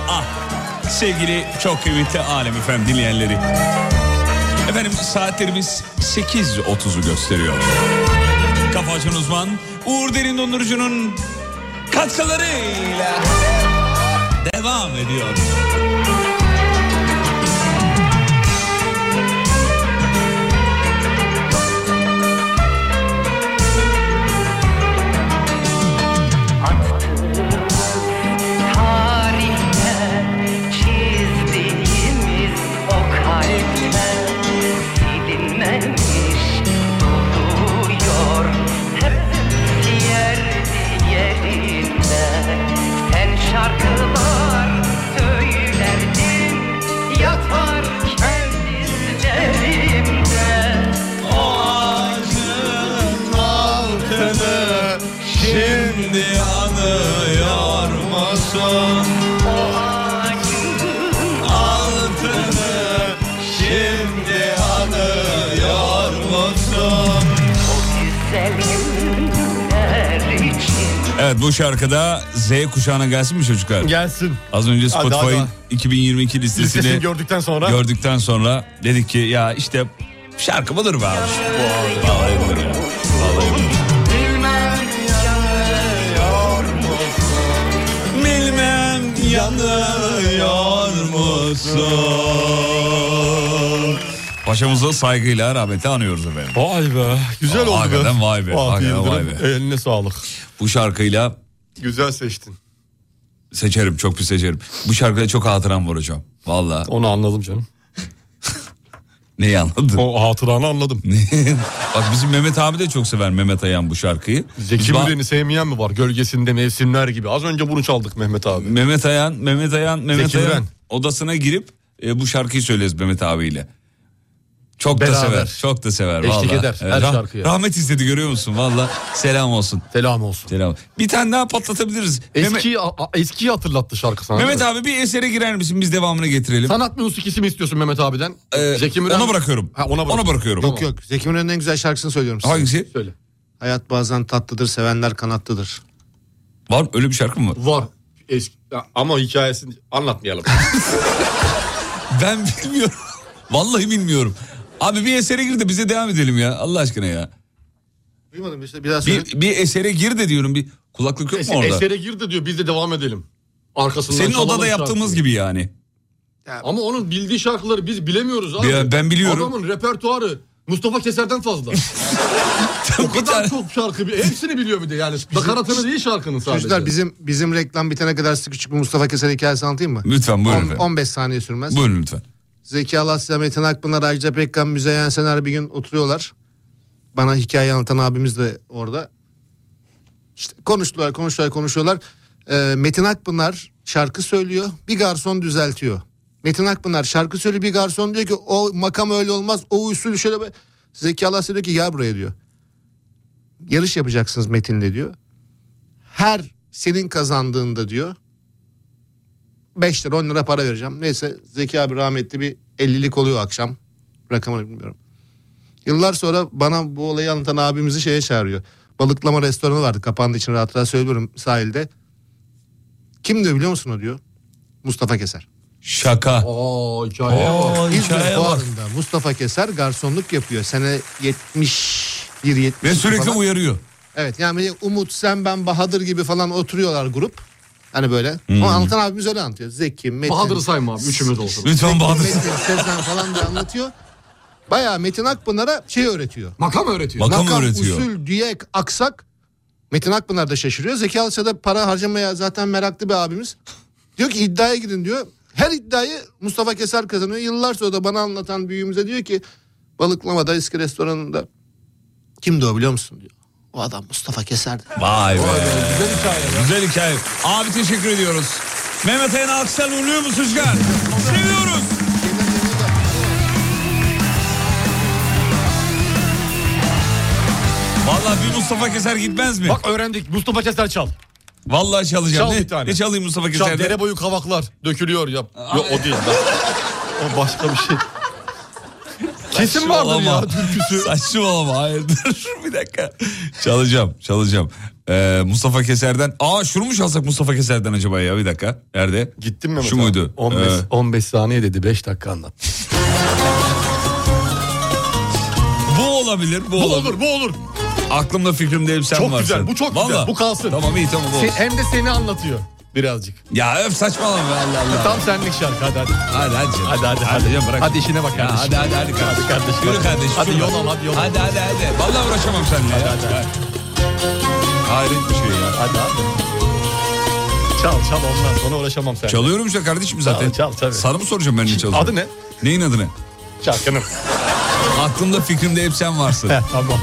S2: ah. Sevgili çok kıymetli Alem Efendim dinleyenleri. Efendim saatlerimiz 8.30'u gösteriyor. Kafa Açan Uzman Uğur Derin Dondurucu'nun katkılarıyla devam ediyor.
S1: Tarihte çizdiğimiz o kalpler silinmemiş duruyor hep yer yerinde. Sen şarkılar söylerdin yatarken dizlerimde. O acı
S2: altını şimdi anıyor musun?
S1: O acı altını şimdi anıyor musun? O güzel günler için
S2: Evet bu şarkıda Z kuşağına gelsin mi çocuklar?
S3: Gelsin.
S2: Az önce
S3: Hadi, hadi,
S2: Spotify'ın
S3: hadi.
S2: 2022 listesini,
S3: Listesini gördükten sonra.
S2: gördükten sonra dedik ki ya işte şarkı budur be abi. Vallahi budur ya. Vallahi budur.
S1: Bilmem yanıyor musun?
S2: Bilmem yanıyor musun? Paşamızı saygıyla rahmetle anıyoruz efendim.
S3: Vay be. Güzel oldu
S2: Hakikaten vay be,
S3: Fatih
S2: hakikaten vay
S3: Yıldırım, Eline sağlık.
S2: Bu şarkıyla
S3: Güzel seçtin.
S2: seçerim çok bir seçerim. Bu şarkıda çok hatıram var hocam. Valla
S3: Onu anladım canım.
S2: [LAUGHS] neyi anladın?
S3: O hatıranı anladım.
S2: [LAUGHS] Bak bizim Mehmet abi de çok sever Mehmet Ayan bu şarkıyı. Biz
S3: Zeki
S2: ba-
S3: Müren'i sevmeyen mi var? Gölgesinde mevsimler gibi. Az önce bunu çaldık Mehmet abi.
S2: Mehmet Ayan, Mehmet Ayan, Mehmet
S3: Zeki
S2: Ayan
S3: Müren.
S2: odasına girip e, bu şarkıyı söyleriz Mehmet abiyle. Çok da
S3: Beraber.
S2: sever, çok da sever.
S3: Eşlik
S2: vallahi.
S3: eder her
S2: rah-
S3: şarkıya.
S2: Rahmet istedi görüyor musun valla. Selam olsun.
S3: Selam olsun.
S2: Selam. Bir tane daha patlatabiliriz. Mehmet,
S3: Eski, a- a- eskiyi hatırlattı şarkı sana.
S2: Mehmet
S3: değil mi?
S2: abi bir esere girer misin biz devamını getirelim.
S3: Sanat müzikisi mi istiyorsun Mehmet abiden?
S2: Ee, ona bırakıyorum.
S3: Ha, ona,
S2: Ona bırakıyorum.
S3: Yok yok.
S9: Yok Zeki Müren'in en güzel şarkısını söylüyorum size.
S2: Hangisi?
S3: Söyle.
S9: Hayat bazen tatlıdır sevenler kanatlıdır.
S2: Var mı? Öyle bir şarkı mı var?
S3: Var. Eski, ama hikayesini anlatmayalım.
S2: [LAUGHS] Ben [LAUGHS] bilmiyorum. Vallahi bilmiyorum. Abi bir esere gir de bize devam edelim ya. Allah aşkına ya.
S9: Duymadım işte biraz söyle.
S2: Bir, bir esere gir de diyorum bir kulaklık yok mu
S3: Es-
S2: orada?
S3: esere girdi diyor biz de devam edelim. Arkasından
S2: Senin
S3: çalalım
S2: odada yaptığımız
S3: şarkıyı.
S2: gibi yani.
S3: Ama onun bildiği şarkıları biz bilemiyoruz abi.
S2: Ya ben biliyorum.
S3: Adamın repertuarı Mustafa
S2: [LAUGHS]
S3: Keser'den fazla. o
S2: bir
S3: kadar
S2: tane-
S3: çok şarkı. bi- Hepsini biliyor bir de yani. Nakaratını değil şarkının sadece.
S9: Çocuklar bizim bizim reklam bitene kadar size küçük bir Mustafa Keser hikayesi anlatayım mı?
S2: Lütfen buyurun
S9: On-
S2: efendim.
S9: 15 saniye sürmez.
S2: Buyurun lütfen.
S9: Zeki Alasya, Metin Akpınar, Ajda Pekkan, Müzeyyen Senar bir gün oturuyorlar. Bana hikaye anlatan abimiz de orada. İşte konuştular, konuştular, konuşuyorlar. Ee, Metin Akpınar şarkı söylüyor. Bir garson düzeltiyor. Metin Akpınar şarkı söylüyor. Bir garson diyor ki o makam öyle olmaz. O usul şöyle. be-" Zeki Alasya diyor ki gel buraya diyor. Yarış yapacaksınız Metin'le diyor. Her senin kazandığında diyor 5 lira 10 lira para vereceğim. Neyse Zeki abi rahmetli bir 50'lik oluyor akşam. Rakamını bilmiyorum. Yıllar sonra bana bu olayı anlatan abimizi şeye çağırıyor. Balıklama restoranı vardı kapandığı için rahat rahat söylüyorum sahilde. Kim diyor biliyor musun o diyor. Mustafa Keser.
S2: Şaka.
S3: Aa hikayeye bak.
S9: İzmir
S2: hikayeye bak.
S9: Fuarı'nda Mustafa Keser garsonluk yapıyor. Sene 71 70
S2: Ve sürekli
S9: falan.
S2: uyarıyor.
S9: Evet yani Umut sen ben Bahadır gibi falan oturuyorlar grup. Hani böyle.
S2: Hmm.
S9: Ama anlatan abimiz öyle anlatıyor. Zeki, Metin.
S3: Bahadır'ı sayma abi. Üçümüz olsun.
S2: Lütfen Bahadır.
S9: Metin Sezen falan da anlatıyor. Bayağı Metin Akpınar'a şey öğretiyor.
S3: Makam öğretiyor.
S2: Makam öğretiyor.
S9: usul, diyek, aksak. Metin Akpınar da şaşırıyor. Zeki Alasya da para harcamaya zaten meraklı bir abimiz. Diyor ki iddiaya girin diyor. Her iddiayı Mustafa Keser kazanıyor. Yıllar sonra da bana anlatan büyüğümüze diyor ki balıklamada eski restoranında kimdi o biliyor musun diyor. O adam Mustafa Keser'di.
S2: Vay be. Güzel hikaye. Güzel hikaye. Abi teşekkür ediyoruz. Mehmet Ayan Alkışlar'la uğurluyor musun çocuklar? Seviyoruz. Vallahi bir Mustafa Keser gitmez mi?
S3: Bak öğrendik. Mustafa Keser çal.
S2: Vallahi çalacağım.
S3: Çal
S2: ne,
S3: bir tane.
S2: ne çalayım Mustafa
S3: Çal
S2: Keser'de?
S3: dere
S2: [LAUGHS]
S3: boyu kavaklar dökülüyor. Yap. Yok o değil. o başka bir şey. Kesin vardır [LAUGHS] ya türküsü.
S2: Saçmalama hayır dur bir dakika. Çalacağım çalacağım. Ee, Mustafa Keser'den. Aa şunu mu çalsak Mustafa Keser'den acaba ya bir dakika. Nerede?
S3: Gittin
S2: Şu
S3: mi? mesela?
S2: muydu?
S3: 15,
S2: Ee,
S3: 15 saniye dedi 5 dakika anlat.
S2: bu olabilir bu,
S3: Bu
S2: olabilir.
S3: olur bu olur.
S2: Aklımda fikrimde hep sen
S3: Çok
S2: varsın.
S3: güzel bu çok güzel
S2: Vallahi.
S3: bu kalsın. Şey,
S2: Tamam iyi tamam bu
S3: Se-
S2: olsun.
S3: hem de seni anlatıyor birazcık. E,
S2: Ya öf saçmalama be, Allah Allah.
S3: Tam senlik şarkı hadi hadi.
S2: Hadi hadi canım.
S3: Hadi, hadi, hadi.
S2: canım, bırak.
S3: Hadi işine
S2: Ya,
S3: bak kardeşim.
S2: Hadi hadi hadi kardeşim.
S3: Hadi kardeşim,
S2: Yürü
S3: hadi.
S2: kardeşim.
S3: Hadi
S2: şurada.
S3: yol al, hadi yol al.
S2: Hadi hadi hadi. Vallahi uğraşamam seninle ya.
S3: Hadi, hadi.
S2: Hayret bir şey ya.
S3: Hadi abi. Çal çal ondan sonra uğraşamam sen.
S2: Çalıyorum işte kardeşim zaten.
S3: çal, tabii.
S2: Sana mı soracağım ben ne çalacağım?
S3: Adı ne?
S2: Neyin adını?
S3: Şarkının.
S2: Aklımda fikrimde hep sen varsın.
S3: Heh, tamam.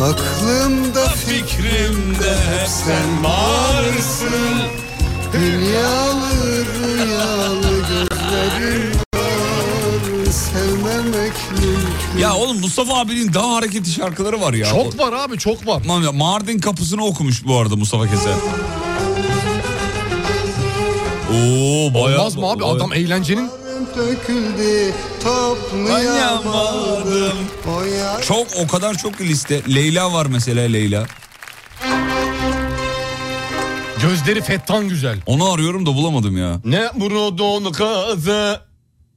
S10: Aklımda
S2: fikrimde hep sen varsın.
S10: dünyalı rüyalı gözlerim var Sevmemek mümkün
S2: Ya oğlum Mustafa abinin daha hareketli şarkıları var ya.
S3: Çok var abi çok var.
S2: Aman ya, Mardin kapısını okumuş bu arada Mustafa Keser. Oo bayağı.
S3: Olmaz mı abi adam eğlencenin
S10: döküldü Toplayamadım
S2: Oynayamadım.
S10: O yar
S2: Çok o kadar çok liste. Leyla var mesela Leyla.
S3: gözleri fettan güzel.
S2: Onu arıyorum da bulamadım ya.
S3: Ne bunu donu kazı.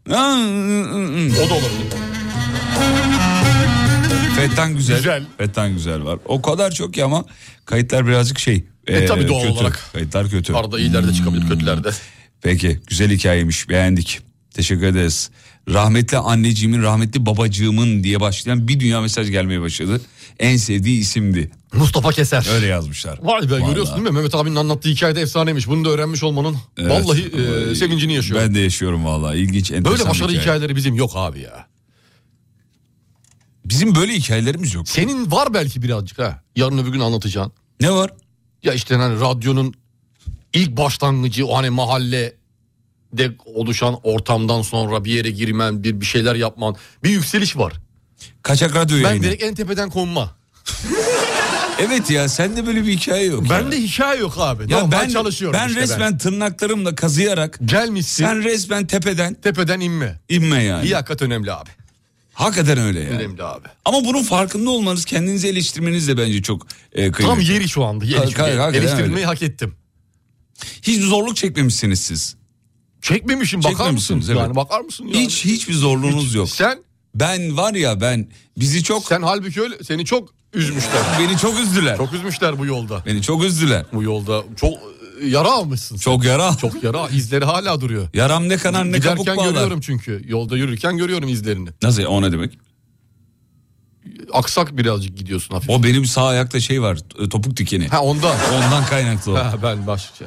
S3: O da olabilir.
S2: Fettan güzel.
S3: Güzel.
S2: Fettan güzel var. O kadar çok ki ama kayıtlar birazcık şey.
S3: E, tabii doğal
S2: kötü.
S3: olarak.
S2: Kayıtlar kötü.
S3: Arada iyiler de çıkabilir kötüler de.
S2: Peki güzel hikayeymiş beğendik. Teşekkür ederiz. Rahmetli anneciğimin, rahmetli babacığımın diye başlayan bir dünya mesaj gelmeye başladı. En sevdiği isimdi.
S3: Mustafa Keser.
S2: Öyle yazmışlar.
S3: Vay be
S2: Vallahi.
S3: görüyorsun değil mi? Mehmet abinin anlattığı hikayede efsaneymiş. Bunu da öğrenmiş olmanın
S2: Evet.
S3: vallahi e,
S2: Vallahi
S3: sevincini yaşıyor.
S2: Ben de yaşıyorum vallahi. İlginç, enteresan
S3: Böyle başarı
S2: bir hikaye.
S3: hikayeleri bizim yok abi ya.
S2: Bizim böyle hikayelerimiz yok.
S3: Senin var belki birazcık ha. Yarın öbür gün anlatacağın.
S2: Ne var?
S3: Ya işte hani radyonun ilk başlangıcı o hani mahalle de oluşan ortamdan sonra bir yere girmen, bir bir şeyler yapman. Bir yükseliş var.
S2: Kaçak radyo
S3: Ben
S2: yayını.
S3: direkt en tepeden konma.
S2: Evet ya sende böyle bir hikaye yok. ya.
S3: Bende hikaye yok abi.
S2: Ya
S3: Tamam, ben,
S2: ben
S3: çalışıyorum
S2: Ben
S3: işte
S2: resmen tırnaklarımla kazıyarak
S3: Ben. Gelmişsin
S2: sen resmen tepeden
S3: tepeden inme.
S2: inme yani.
S3: Liyakat önemli abi.
S2: Hakikaten öyle yani.
S3: Önemli abi.
S2: Ama bunun farkında olmanız, kendinizi eleştirmeniz de bence çok e, kıymetli.
S3: Tam yeri şu anda. Yeri
S2: Ha-
S3: çünkü.
S2: hakikaten
S3: Eleştirilmeyi
S2: öyle.
S3: hak ettim.
S2: Hiç zorluk çekmemişsiniz siz.
S3: Çekmemişim bakar mısın?
S2: Çekmemişsiniz, evet.
S3: Yani bakar mısın? Yani?
S2: Hiç hiçbir zorluğunuz yok.
S3: Sen
S2: Ben var ya ben bizi çok
S3: sen halbuki öyle seni çok üzmüşler.
S2: beni çok üzdüler.
S3: Çok üzmüşler bu yolda.
S2: Beni çok üzdüler.
S3: Bu yolda çok e, yara almışsın.
S2: Çok yara.
S3: Çok yara izleri hala duruyor.
S2: Yaram ne kanar ne kabuk
S3: Giderken
S2: bağlar.
S3: görüyorum çünkü. Yolda yürürken görüyorum izlerini.
S2: Nasıl ya, o ne demek?
S3: Aksak birazcık gidiyorsun hafif.
S2: O benim sağ ayakta şey var e, topuk dikeni.
S3: Ha ondan.
S2: [LAUGHS] Ondan kaynaklı o.
S3: Ha, ben başka.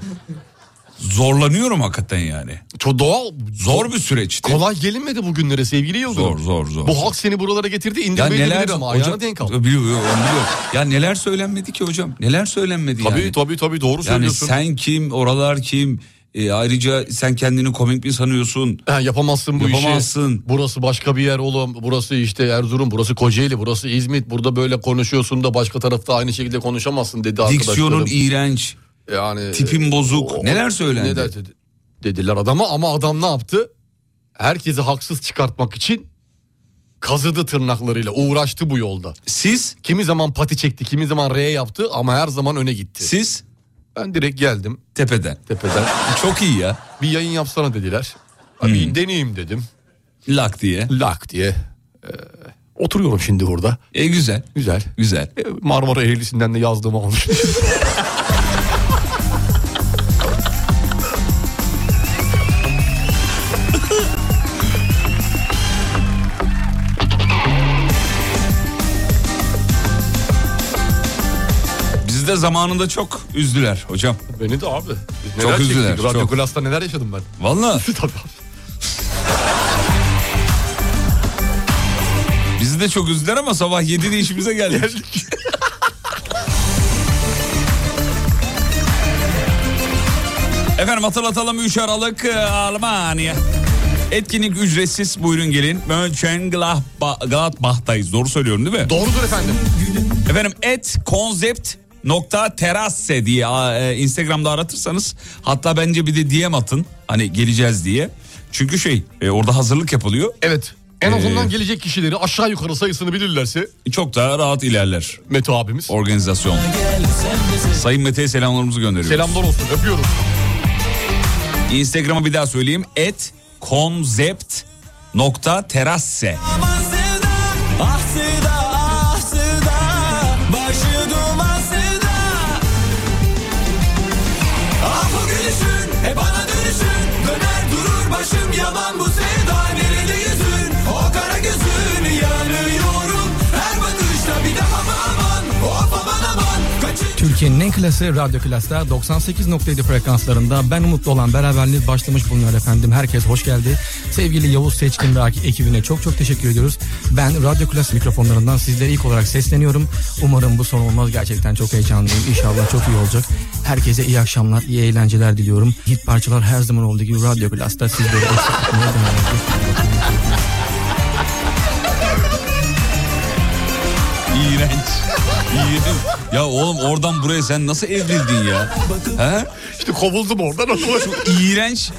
S2: Zorlanıyorum hakikaten yani.
S3: Çok doğal.
S2: Zor bir süreçti.
S3: Kolay gelinmedi bugünlere sevgili Yıldırım.
S2: Zor zor zor.
S3: Bu halk seni buralara getirdi indirmeyi de bilir ama ayağına denk al.
S2: Biliyor, biliyor, onu biliyor. Ya neler söylenmedi ki hocam? Neler söylenmedi
S3: Tabii
S2: yani?
S3: tabii tabii doğru
S2: Yani
S3: söylüyorsun.
S2: sen kim, oralar kim? E, ayrıca sen kendini komik mi sanıyorsun?
S3: Ha, yapamazsın bu işi.
S2: Yapamazsın.
S3: Burası başka bir yer oğlum. Burası işte Erzurum, burası Kocaeli, burası İzmit. Burada böyle konuşuyorsun da başka tarafta aynı şekilde konuşamazsın dedi
S2: Diksiyonun
S3: arkadaşlarım.
S2: iğrenç,
S3: yani e,
S2: tipin bozuk.
S3: o-
S2: neler söylendi?
S3: neler dedi- dediler adama ama adam ne yaptı? Herkesi haksız çıkartmak için kazıdı tırnaklarıyla uğraştı bu yolda.
S2: Siz,
S3: Kimi zaman pati çekti, kimi zaman R yaptı ama her zaman öne gitti.
S2: siz
S3: Ben direkt geldim
S2: tepeden.
S3: tepeden.
S2: Çok iyi ya. Hmm.
S3: bir yayın yapsana dediler. Abi deneyeyim dedim.
S2: Lak diye.
S3: Lak diye. Ee, oturuyorum şimdi burada.
S2: E güzel.
S3: Güzel.
S2: Güzel.
S3: Ee, Marmara Ehlisi'nden de yazdığımı almış.
S2: Bizi de zamanında çok üzdüler hocam.
S3: Beni de abi. Biz
S2: Çok
S3: çektik.
S2: üzdüler,
S3: Radyo
S2: çok.
S3: Klas'ta neler yaşadım ben.
S2: Valla
S3: Tabii.
S2: bizi de çok üzdüler ama sabah 7'de işimize geldik. [LAUGHS] Efendim hatırlatalım 3 Aralık e, Almanya. Etkinlik ücretsiz buyurun gelin. Mönchengladbach'tayız. Doğru söylüyorum değil mi?
S3: Doğrudur efendim.
S2: Efendim et konsept nokta terasse diye a, e, Instagram'da aratırsanız hatta bence bir de DM atın hani geleceğiz diye. Çünkü şey e, orada hazırlık yapılıyor.
S3: Evet. En
S2: Ee,
S3: azından gelecek kişileri aşağı yukarı sayısını bilirlerse
S2: Çok daha rahat ilerler.
S3: Mete abimiz.
S2: Organizasyon. Sayın Mete'ye selamlarımızı gönderiyoruz.
S3: selamlar olsun öpüyoruz.
S2: Instagram'ı bir daha söyleyeyim. Et konsept nokta terasse.
S8: Ah Sıda, ah Sıda, başı duman Sıda. Ah bu gülüşün, hep bana dönüşün, döner durur başım yaman bu sevda. Nerede yüzün, o kara gözün, yanıyorum her bakışta bir daha mı aman, of aman aman, kaçın.
S12: Türkiye'nin en klası Radyo Klas'ta 98.7 frekanslarında ben Umutlu olan beraberliğiniz başlamış bulunuyor efendim. Herkes hoş geldi. Sevgili Yavuz Seçkin ve ekibine çok çok teşekkür ediyoruz. Ben Radyo Klas mikrofonlarından sizlere ilk olarak sesleniyorum. Umarım bu son olmaz. Gerçekten çok heyecanlıyım. İnşallah çok iyi olacak. Herkese iyi akşamlar, iyi eğlenceler diliyorum. Hit parçalar her zaman olduğu gibi Radyo Klas'ta sizleri eksik etmeye devam ediyor.
S2: İğrenç. İğrenç. Ya oğlum oradan buraya sen nasıl evrildin ya? He?
S3: İşte kovuldum oradan.
S2: İğrenç.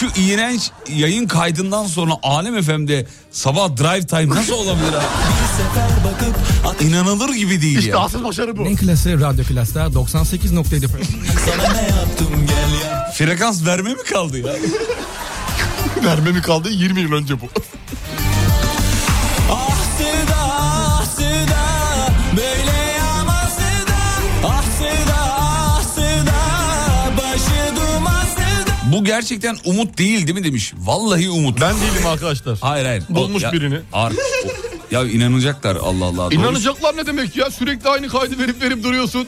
S2: Şu iğrenç yayın kaydından sonra Alem FM'de sabah drive time nasıl olabilir ha? İnanılır gibi değil
S3: işte
S2: ya.
S3: asıl başarı bu.
S12: En klası Radyo Klas'ta 98.7 frekanslarında.
S2: Frekans verme mi kaldı ya?
S3: [LAUGHS] Vermemi kaldı 20 yıl önce bu.
S8: Ah Sıda, ah Sıda, böyle yaman Sıda. Ah Sıda, ah Sıda, başı duman Sıda.
S2: Bu gerçekten umut değil değil mi demiş. Vallahi umut.
S3: Ben değilim arkadaşlar.
S2: Hayır hayır. O-
S3: Bulmuş
S2: ya-
S3: birini.
S2: Ar- o- ya inanacaklar Allah Allah. Doğru.
S3: İnanacaklar ne demek ya? Sürekli aynı kaydı verip verip duruyorsun.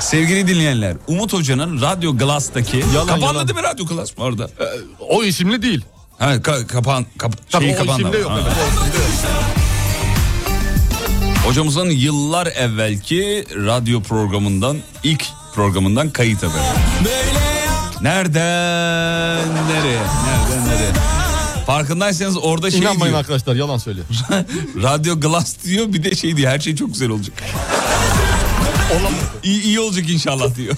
S2: Sevgili dinleyenler, Umut Hoca'nın Radyo Glass'taki...
S3: Yalan,
S2: kapandı
S3: yalan.
S2: değil mi Radyo Glass bu arada?
S3: O isimli değil.
S2: Ha, ka- kapan, kap-
S3: Tabii
S2: şeyi
S3: o
S2: Şey kapandı.
S3: isimde
S2: ama.
S3: yok.
S2: Ha.
S3: Evet, o isimde yok.
S2: Hocamızın yıllar evvelki radyo programından, ilk programından kayıt haberi. Nereden nereye? Nereden nereye? Farkındaysanız orada şey
S3: İnanmayın
S2: diyor.
S3: arkadaşlar
S2: [LAUGHS]
S3: yalan söylüyor.
S2: Radyo Glass diyor bir de şey diyor her şey çok güzel olacak. iyi, iyi olacak inşallah diyor.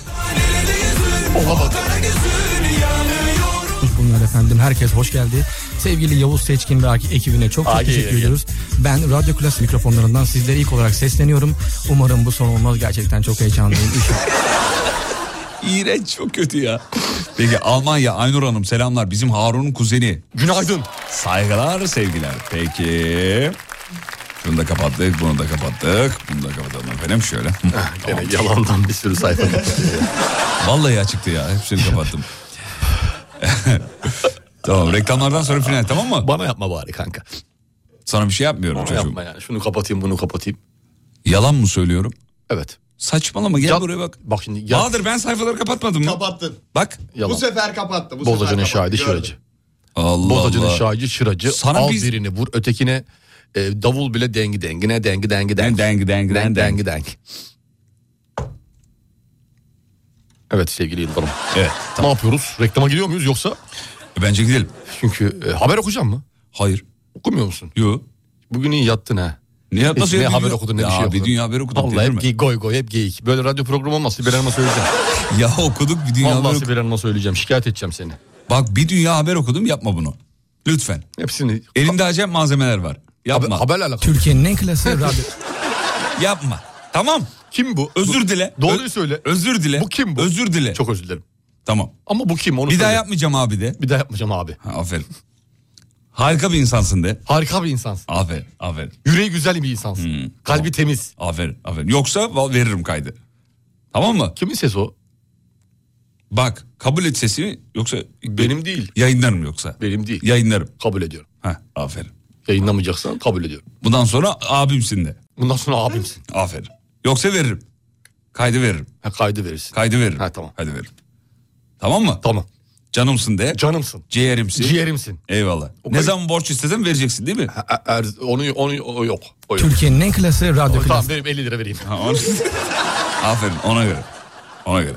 S12: yapmış bulunuyor efendim. Herkes hoş geldi. Sevgili Yavuz Seçkin ve ekibine çok çok
S3: Agi,
S12: teşekkür
S3: Agi.
S12: ediyoruz. Ben Radyo Klas mikrofonlarından sizlere ilk olarak sesleniyorum. Umarım bu son olmaz. Gerçekten çok heyecanlıyım. İnşallah.
S2: İğrenç çok kötü ya. Peki Almanya Aynur Hanım selamlar. Bizim Harun'un kuzeni.
S3: Günaydın.
S2: Saygılar sevgiler. Peki. Şunu da kapattık, bunu da kapattık. Bunu da kapatalım efendim
S3: [LAUGHS]
S2: şöyle.
S3: Gene yalandan bir sürü sayfa.
S2: Vallahi açıktı ya. Hepsini kapattım. [LAUGHS] tamam reklamlardan sonra final tamam mı?
S3: Bana yapma bari kanka.
S2: Sana bir şey yapmıyorum
S3: Bana
S2: çocuğum.
S3: yapma yani. Şunu kapatayım bunu kapatayım.
S2: Yalan mı söylüyorum?
S3: Evet.
S2: Saçmalama gel
S3: Yap-
S2: buraya bak.
S3: Bak şimdi gel.
S2: Bahadır ben sayfaları kapatmadım mı?
S9: Kapattın.
S2: Bak.
S3: Yalan.
S9: Bu sefer kapattı. Bu
S3: Bozacının
S9: sefer kapattı.
S3: şahidi
S9: Gördüm.
S3: şıracı.
S2: Allah
S3: Bozacının
S2: Allah.
S3: şahidi şıracı.
S2: Sana
S3: Al
S2: biz-
S3: birini vur ötekine. e, davul bile dengi dengine dengi dengi dengi.
S2: Den- dengi, dengi, den-
S3: Den- dengi dengi. Evet sevgili Yıldırım.
S2: Evet. E,
S3: Ne yapıyoruz? Reklama gidiyor muyuz yoksa?
S2: Bence gidelim.
S3: Çünkü e, haber okuyacağım mı?
S2: Hayır.
S3: Okumuyor musun?
S2: Yo.
S3: Bugün iyi yattın ha.
S2: Ne yap-
S3: Hiç
S2: nasıl
S3: ne
S2: yap-
S3: haber okudun ne
S2: ya,
S3: bir şey okudun.
S2: Bir dünya haber okudum.
S3: Vallahi
S2: denir
S3: hep
S2: mi?
S3: gey- goy goy hep geyik. Böyle radyo programı olmaz. Sibel
S2: [LAUGHS]
S3: Hanım'a söyleyeceğim.
S2: Ya okuduk bir dünya haber
S3: Vallahi
S2: okudum.
S3: Sibel Hanım'a söyleyeceğim. Şikayet edeceğim seni.
S2: Bak bir dünya haber okudum yapma bunu. Lütfen.
S3: Hepsini.
S2: Elimde acayip malzemeler var.
S3: Haber,
S2: Yapma.
S3: haberle alakalı.
S12: Türkiye'nin en
S2: [LAUGHS]
S12: klası radyo...
S2: Yapma. Tamam.
S3: Kim bu?
S2: Özür dile.
S3: Doğruyu
S2: Ö-
S3: söyle.
S2: Özür dile.
S3: Bu kim bu?
S2: Özür dile.
S3: Çok özür dilerim.
S2: Tamam.
S3: Ama bu kim onu
S2: Bir daha
S3: söyle.
S2: yapmayacağım abi de.
S3: Bir daha yapmayacağım abi.
S2: Ha, aferin. Harika bir insansın de.
S3: Harika bir insansın.
S2: Aferin, aferin, Hmm,
S3: Yüreği güzel bir insansın. Kalbi temiz.
S2: aferin, aferin. Yoksa val- veririm kaydı. Tamam mı?
S3: Kimin sesi o?
S2: Bak kabul et sesini yoksa...
S3: Benim değil.
S2: Yayınlarım yoksa.
S3: Benim değil.
S2: Yayınlarım.
S3: Kabul ediyorum.
S2: Ha, aferin.
S3: Yayınlamayacaksan kabul ediyorum.
S2: Bundan sonra abimsin de.
S3: Bundan sonra abimsin.
S2: Aferin. Yoksa veririm. Kaydı veririm.
S3: Ha, kaydı verirsin.
S2: Kaydı veririm.
S3: Ha, tamam.
S2: Hadi veririm. Tamam mı?
S3: tamam.
S2: Canımsın de.
S3: Canımsın.
S2: Ciğerimsin.
S3: Ciğerimsin.
S2: Eyvallah. ne
S3: kayıt-
S2: zaman borç istesem vereceksin değil mi?
S3: Ha, ha, er- onu, onu o yok. O yok.
S12: Türkiye'nin en klası radyo klas.
S3: Tamam benim 50 lira vereyim.
S2: Ha, onu- [LAUGHS] Aferin ona göre. Ona göre.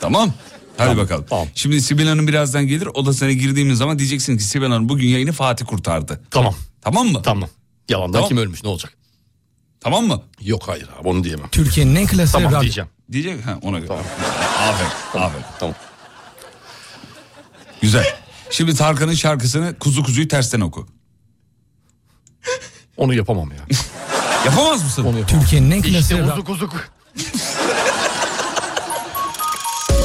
S2: Tamam. Hadi bakalım.
S3: tamam.
S2: Şimdi Sibel Hanım birazdan gelir. Odasına girdiğimiz zaman diyeceksin ki Sibel Hanım bugün yayını Fatih kurtardı.
S3: Tamam.
S2: Tamam mı?
S3: Tamam. Yalandan
S2: Tamam.
S3: kim ölmüş ne olacak?
S2: Tamam mı?
S3: Yok hayır abi onu diyemem.
S12: Türkiye'nin en klasik
S3: Tamam
S12: radyo.
S3: diyeceğim.
S2: Diyecek ha ona göre. [LAUGHS] Aferin, aferin.
S3: Tamam.
S2: Güzel. Şimdi Tarkan'ın şarkısını kuzu kuzuyu tersten oku.
S3: [LAUGHS] Onu yapamam ya.
S2: [LAUGHS] Yapamaz mısın?
S3: Onu yapamam.
S12: Türkiye'nin en klasik
S3: İşte
S12: radyo.
S3: uzuk uzuk.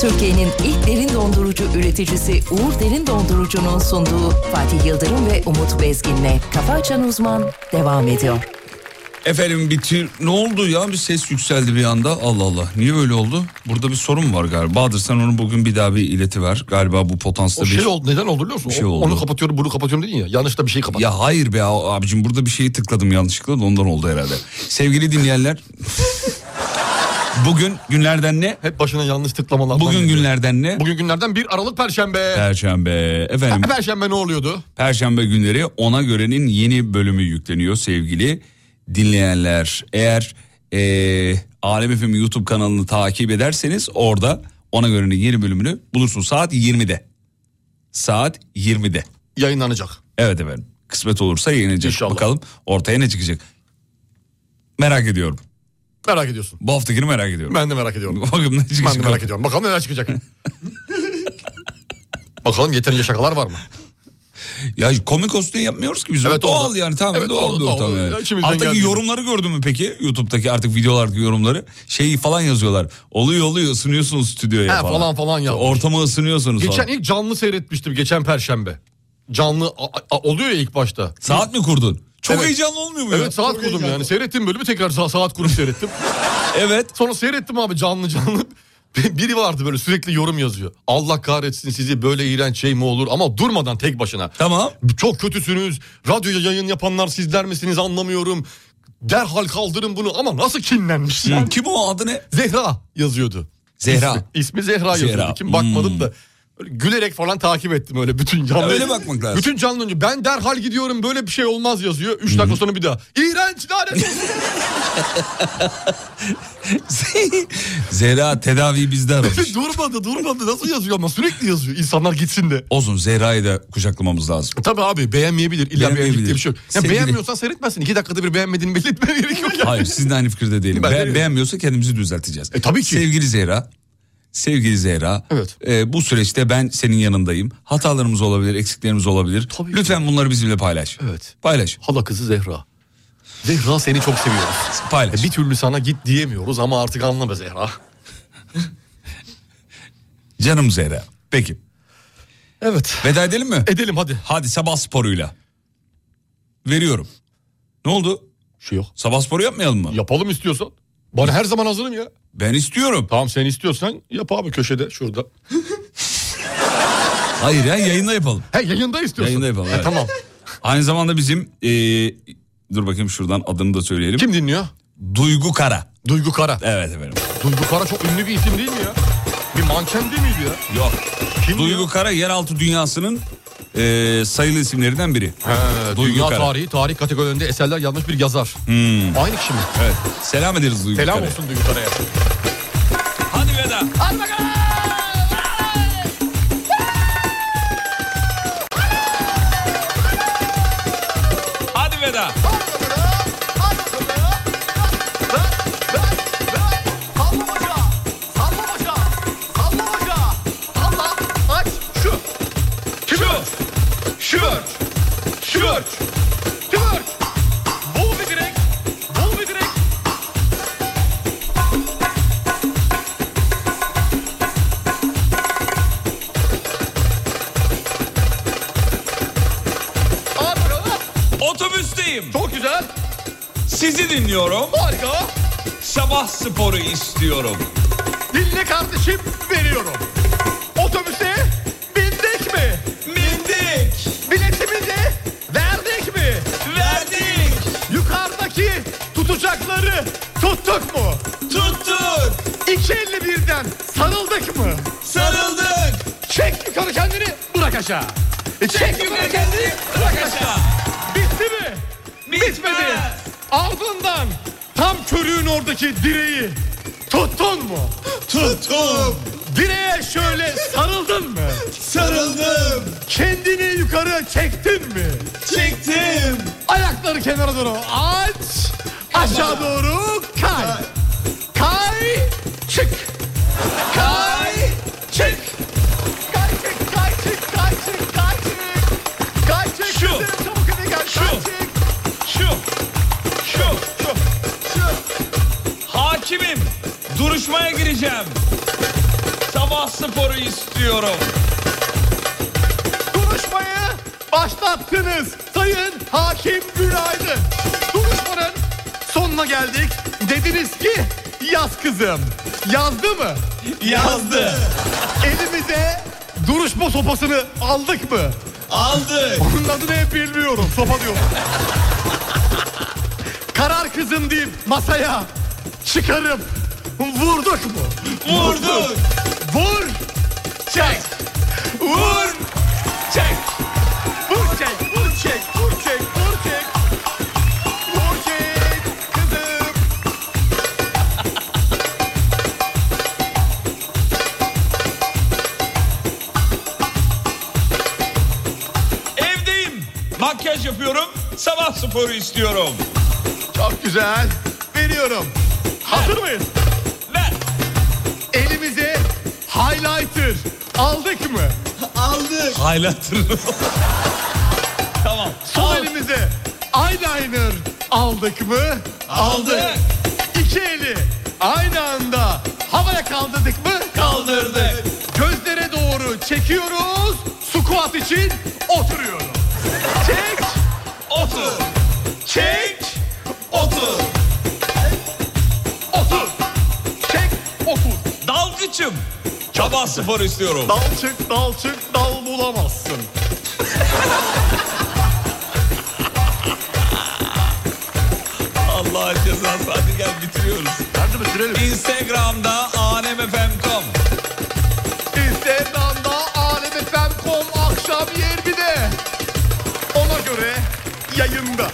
S7: Türkiye'nin ilk derin dondurucu üreticisi Uğur Derin Dondurucu'nun sunduğu Fatih Yıldırım ve Umut Bezgin'le Kafa Açan Uzman devam ediyor.
S2: Efendim bitir. Ne oldu ya? Bir ses yükseldi bir anda. Allah Allah. Niye öyle oldu? Burada bir sorun var galiba. Bahadır sen onu bugün bir daha bir ileti ver. Galiba bu
S3: O
S2: potansiyel bir...
S3: şey oldu neden oldu biliyor musun?
S2: Bir şey
S3: O-
S2: oldu.
S3: Onu kapatıyorum bunu kapatıyorum dedin ya. Yanlışta bir şey kapat.
S2: Ya hayır be abicim burada bir şeyi tıkladım yanlışlıkla da ondan oldu herhalde. Sevgili dinleyenler. [LAUGHS] bugün günlerden ne?
S3: Hep başına yanlış tıklamalar.
S2: Bugün günlerden ne?
S3: Bugün günlerden 1 Aralık Perşembe.
S2: Perşembe.
S3: [LAUGHS]
S2: Efendim
S3: Perşembe ne oluyordu?
S2: Perşembe günleri ona görenin yeni bölümü yükleniyor sevgili dinleyenler. Eğer eee Alem Efem YouTube kanalını takip ederseniz orada ona görenin yeni bölümünü bulursunuz. Saat 20'de. Saat 20'de.
S3: Yayınlanacak.
S2: Evet efendim. Kısmet olursa yayınlanacak.
S3: İnşallah.
S2: Bakalım ortaya ne çıkacak. Merak ediyorum.
S3: Merak ediyorsun.
S2: Bu haftakini merak ediyorum.
S3: Ben de merak
S2: [LAUGHS]
S3: ediyorum.
S2: Bakalım ne çıkacak.
S3: Ben de merak ediyorum. Bakalım neler
S2: [LAUGHS]
S3: çıkacak. Bakalım yeterince şakalar var mı?
S2: Ya komik olsun diye yapmıyoruz ki biz.
S3: Evet,
S2: doğal
S3: doğru.
S2: yani tamam
S3: Evet,
S2: doğal,
S3: doğru,
S2: doğru,
S3: doğru.
S2: tamam yani.
S3: Ya, içimizden
S2: Alttaki
S3: geldiği
S2: yorumları gördün mü peki? YouTube'daki artık videolardaki yorumları. Şeyi falan yazıyorlar. Oluyor oluyor ısınıyorsunuz stüdyoya
S3: He,
S2: falan.
S3: falan falan ya.
S2: Ortama ısınıyorsunuz
S3: Geçen
S2: falan.
S3: ilk canlı seyretmiştim geçen perşembe. Canlı a- a- oluyor ya ilk başta.
S2: Saat mi kurdun? Çok
S3: Evet.
S2: heyecanlı olmuyor mu ya?
S3: Evet saat kurdum yani. Seyrettiğim bölümü tekrar sa- saat kurup seyrettim.
S2: [LAUGHS] Evet.
S3: Sonra seyrettim abi canlı canlı. [LAUGHS] Biri vardı böyle sürekli yorum yazıyor. Allah kahretsin sizi böyle iğrenç şey mi olur? Ama durmadan tek başına.
S2: Tamam.
S3: Çok kötüsünüz. Radyoya yayın yapanlar sizler misiniz anlamıyorum. Derhal kaldırın bunu ama nasıl kinlenmiş ya.
S2: Kim o adı ne?
S3: Zehra yazıyordu.
S2: Zehra.
S3: İsmi, ismi Zehra,
S2: Zehra.
S3: yazıyordu. Kim bakmadım
S2: Hmm.
S3: da böyle gülerek falan takip ettim öyle bütün canlı.
S2: Ya öyle bakmak lazım.
S3: Bütün canlı önce ben derhal gidiyorum böyle bir şey olmaz yazıyor. 3 dakika sonra bir daha. İğrenç lanet
S2: [LAUGHS]
S3: olsun.
S2: Zehra tedavi bizde aramış.
S3: durmadı durmadı nasıl yazıyor ama sürekli yazıyor. İnsanlar gitsin de.
S2: Olsun Zehra'yı da kucaklamamız lazım.
S3: E, Tabii abi beğenmeyebilir. İlla
S2: Beğenmeyebilir.
S3: beğenecek diye bir şey yok. Yani
S2: Sevgili-
S3: beğenmiyorsan seyretmezsin. İki dakikada bir beğenmediğini belli etmene gerek yok.
S2: [LAUGHS]
S3: Yani.
S2: Hayır sizin aynı fikirde değilim.
S3: Ben
S2: Be-
S3: değilim.
S2: beğenmiyorsa kendimizi düzelteceğiz.
S3: E, tabii ki.
S2: Sevgili Zehra. Sevgili Zehra.
S3: Evet.
S2: e, bu süreçte ben senin yanındayım. Hatalarımız olabilir, eksiklerimiz olabilir.
S3: Tabii ki.
S2: Lütfen bunları bizimle paylaş.
S3: Evet.
S2: Paylaş.
S3: Hala kızı Zehra. Zehra seni çok seviyoruz.
S2: Paylaş.
S3: Bir türlü sana git diyemiyoruz ama artık anla be Zehra.
S2: Canım Zehra. Peki.
S3: Evet.
S2: Veda edelim mi?
S3: Edelim hadi.
S2: Hadi sabah sporuyla. Veriyorum. Ne oldu?
S3: Şu yok.
S2: Sabah sporu yapmayalım mı?
S3: Yapalım istiyorsan. Bana her zaman hazırım ya.
S2: Ben istiyorum.
S3: Tamam sen istiyorsan yap abi köşede şurada.
S2: Hayır ya yayında yapalım.
S3: He yayında istiyorsun.
S2: Yayında yapalım,
S3: He,
S2: evet.
S3: Tamam.
S2: Aynı zamanda bizim... e, dur bakayım şuradan adını da söyleyelim.
S3: Kim dinliyor?
S2: Duygu Kara.
S3: Duygu Kara.
S2: Evet efendim.
S3: Duygu Kara çok ünlü bir isim değil mi ya? Bir manken değil miydi ya?
S2: Yok.
S3: Kim
S2: Duygu
S3: ya?
S2: Kara yeraltı dünyasının e, sayılı isimlerinden biri.
S3: He,
S2: Duygu
S3: Dünya
S2: Kara. Hmm.
S3: tarihi, tarih kategorilerinde eserler yazmış bir yazar. Aynı kişi mi?
S2: Evet. Selam ederiz Duygu
S3: Selam
S2: Kara'ya.
S3: olsun Duygu Kara'ya.
S2: Hadi veda. Hadi veda. Otobüsteyim.
S3: Çok güzel.
S2: Sizi dinliyorum.
S3: Harika.
S2: Sabah sporu istiyorum.
S3: Dinle kardeşim veriyorum. Otobüse bindik mi?
S2: Bindik.
S3: Biletimizi verdik mi?
S2: Verdik.
S3: Yukarıdaki tutacakları tuttuk mu?
S2: Tuttuk.
S3: 2.51'den sarıldık mı?
S2: Sarıldık.
S3: Çek yukarı kendini bırak aşağı. Çek yukarı kendini bırak aşağı. Bitti mi? Bitmedi. Ardından tam körüğün oradaki direği tuttun mu?
S2: Tuttum.
S3: Direğe şöyle sarıldın mı?
S2: Sarıldım.
S3: Kendini yukarı çektin mi?
S2: Çektim.
S3: Ayakları kenara doğru aç.
S8: Aşağı doğru kay. Kay çık. Kay çık. Kay çık kay çık kay çık kay çık. Kay çık.
S2: Şu.
S8: kızlarım, Çabuk eve gel.
S2: Şu.
S8: Kay çık.
S2: Şu, şu, şu, şu. Hakimim, duruşmaya gireceğim. Sabah sporu istiyorum.
S8: Duruşmayı başlattınız. Sayın Hakim Günaydın. Duruşmanın sonuna geldik. Dediniz ki yaz kızım. Yazdı mı?
S2: Yazdı.
S8: Elimize duruşma sopasını aldık mı?
S2: Aldı.
S8: Onun adını hep bilmiyorum. Sopa diyorum. Karar kızım deyip masaya çıkarıp vurduk mu?
S2: Vurduk.
S8: Vur çek. Vur çek. Vur çek. Vur çek. Vur çek. Vur çek. Vur çek. Kızım.
S2: Evdeyim. Makyaj yapıyorum. Sabah sporu istiyorum.
S8: Çok güzel. Veriyorum. Hazır mıyız?
S2: Ver.
S8: Elimize highlighter aldık mı?
S1: Highlighter. tamam.
S8: Sol elimize eyeliner aldık mı?
S2: Aldık.
S8: İki eli aynı anda havaya kaldırdık mı?
S2: Kaldırdık.
S8: Gözlere doğru çekiyoruz. Squat için oturuyorum. Çek,
S2: Otur.
S8: çek,
S2: Otur.
S8: otur. Çek, otur.
S2: Dalgıçım. Sabah sporu istiyorum.
S8: Dal çık, dal çık, dal bulamazsın.
S2: Allah cezası. Hadi gel bitiriyoruz.
S8: Hadi bitirelim.
S1: Instagram'da anemfm.com
S8: Instagram'da alemfm.com akşam 20'de. Ona göre yayında.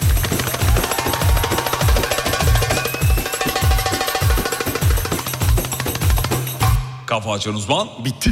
S1: Kafa açan uzman.
S8: Bitti.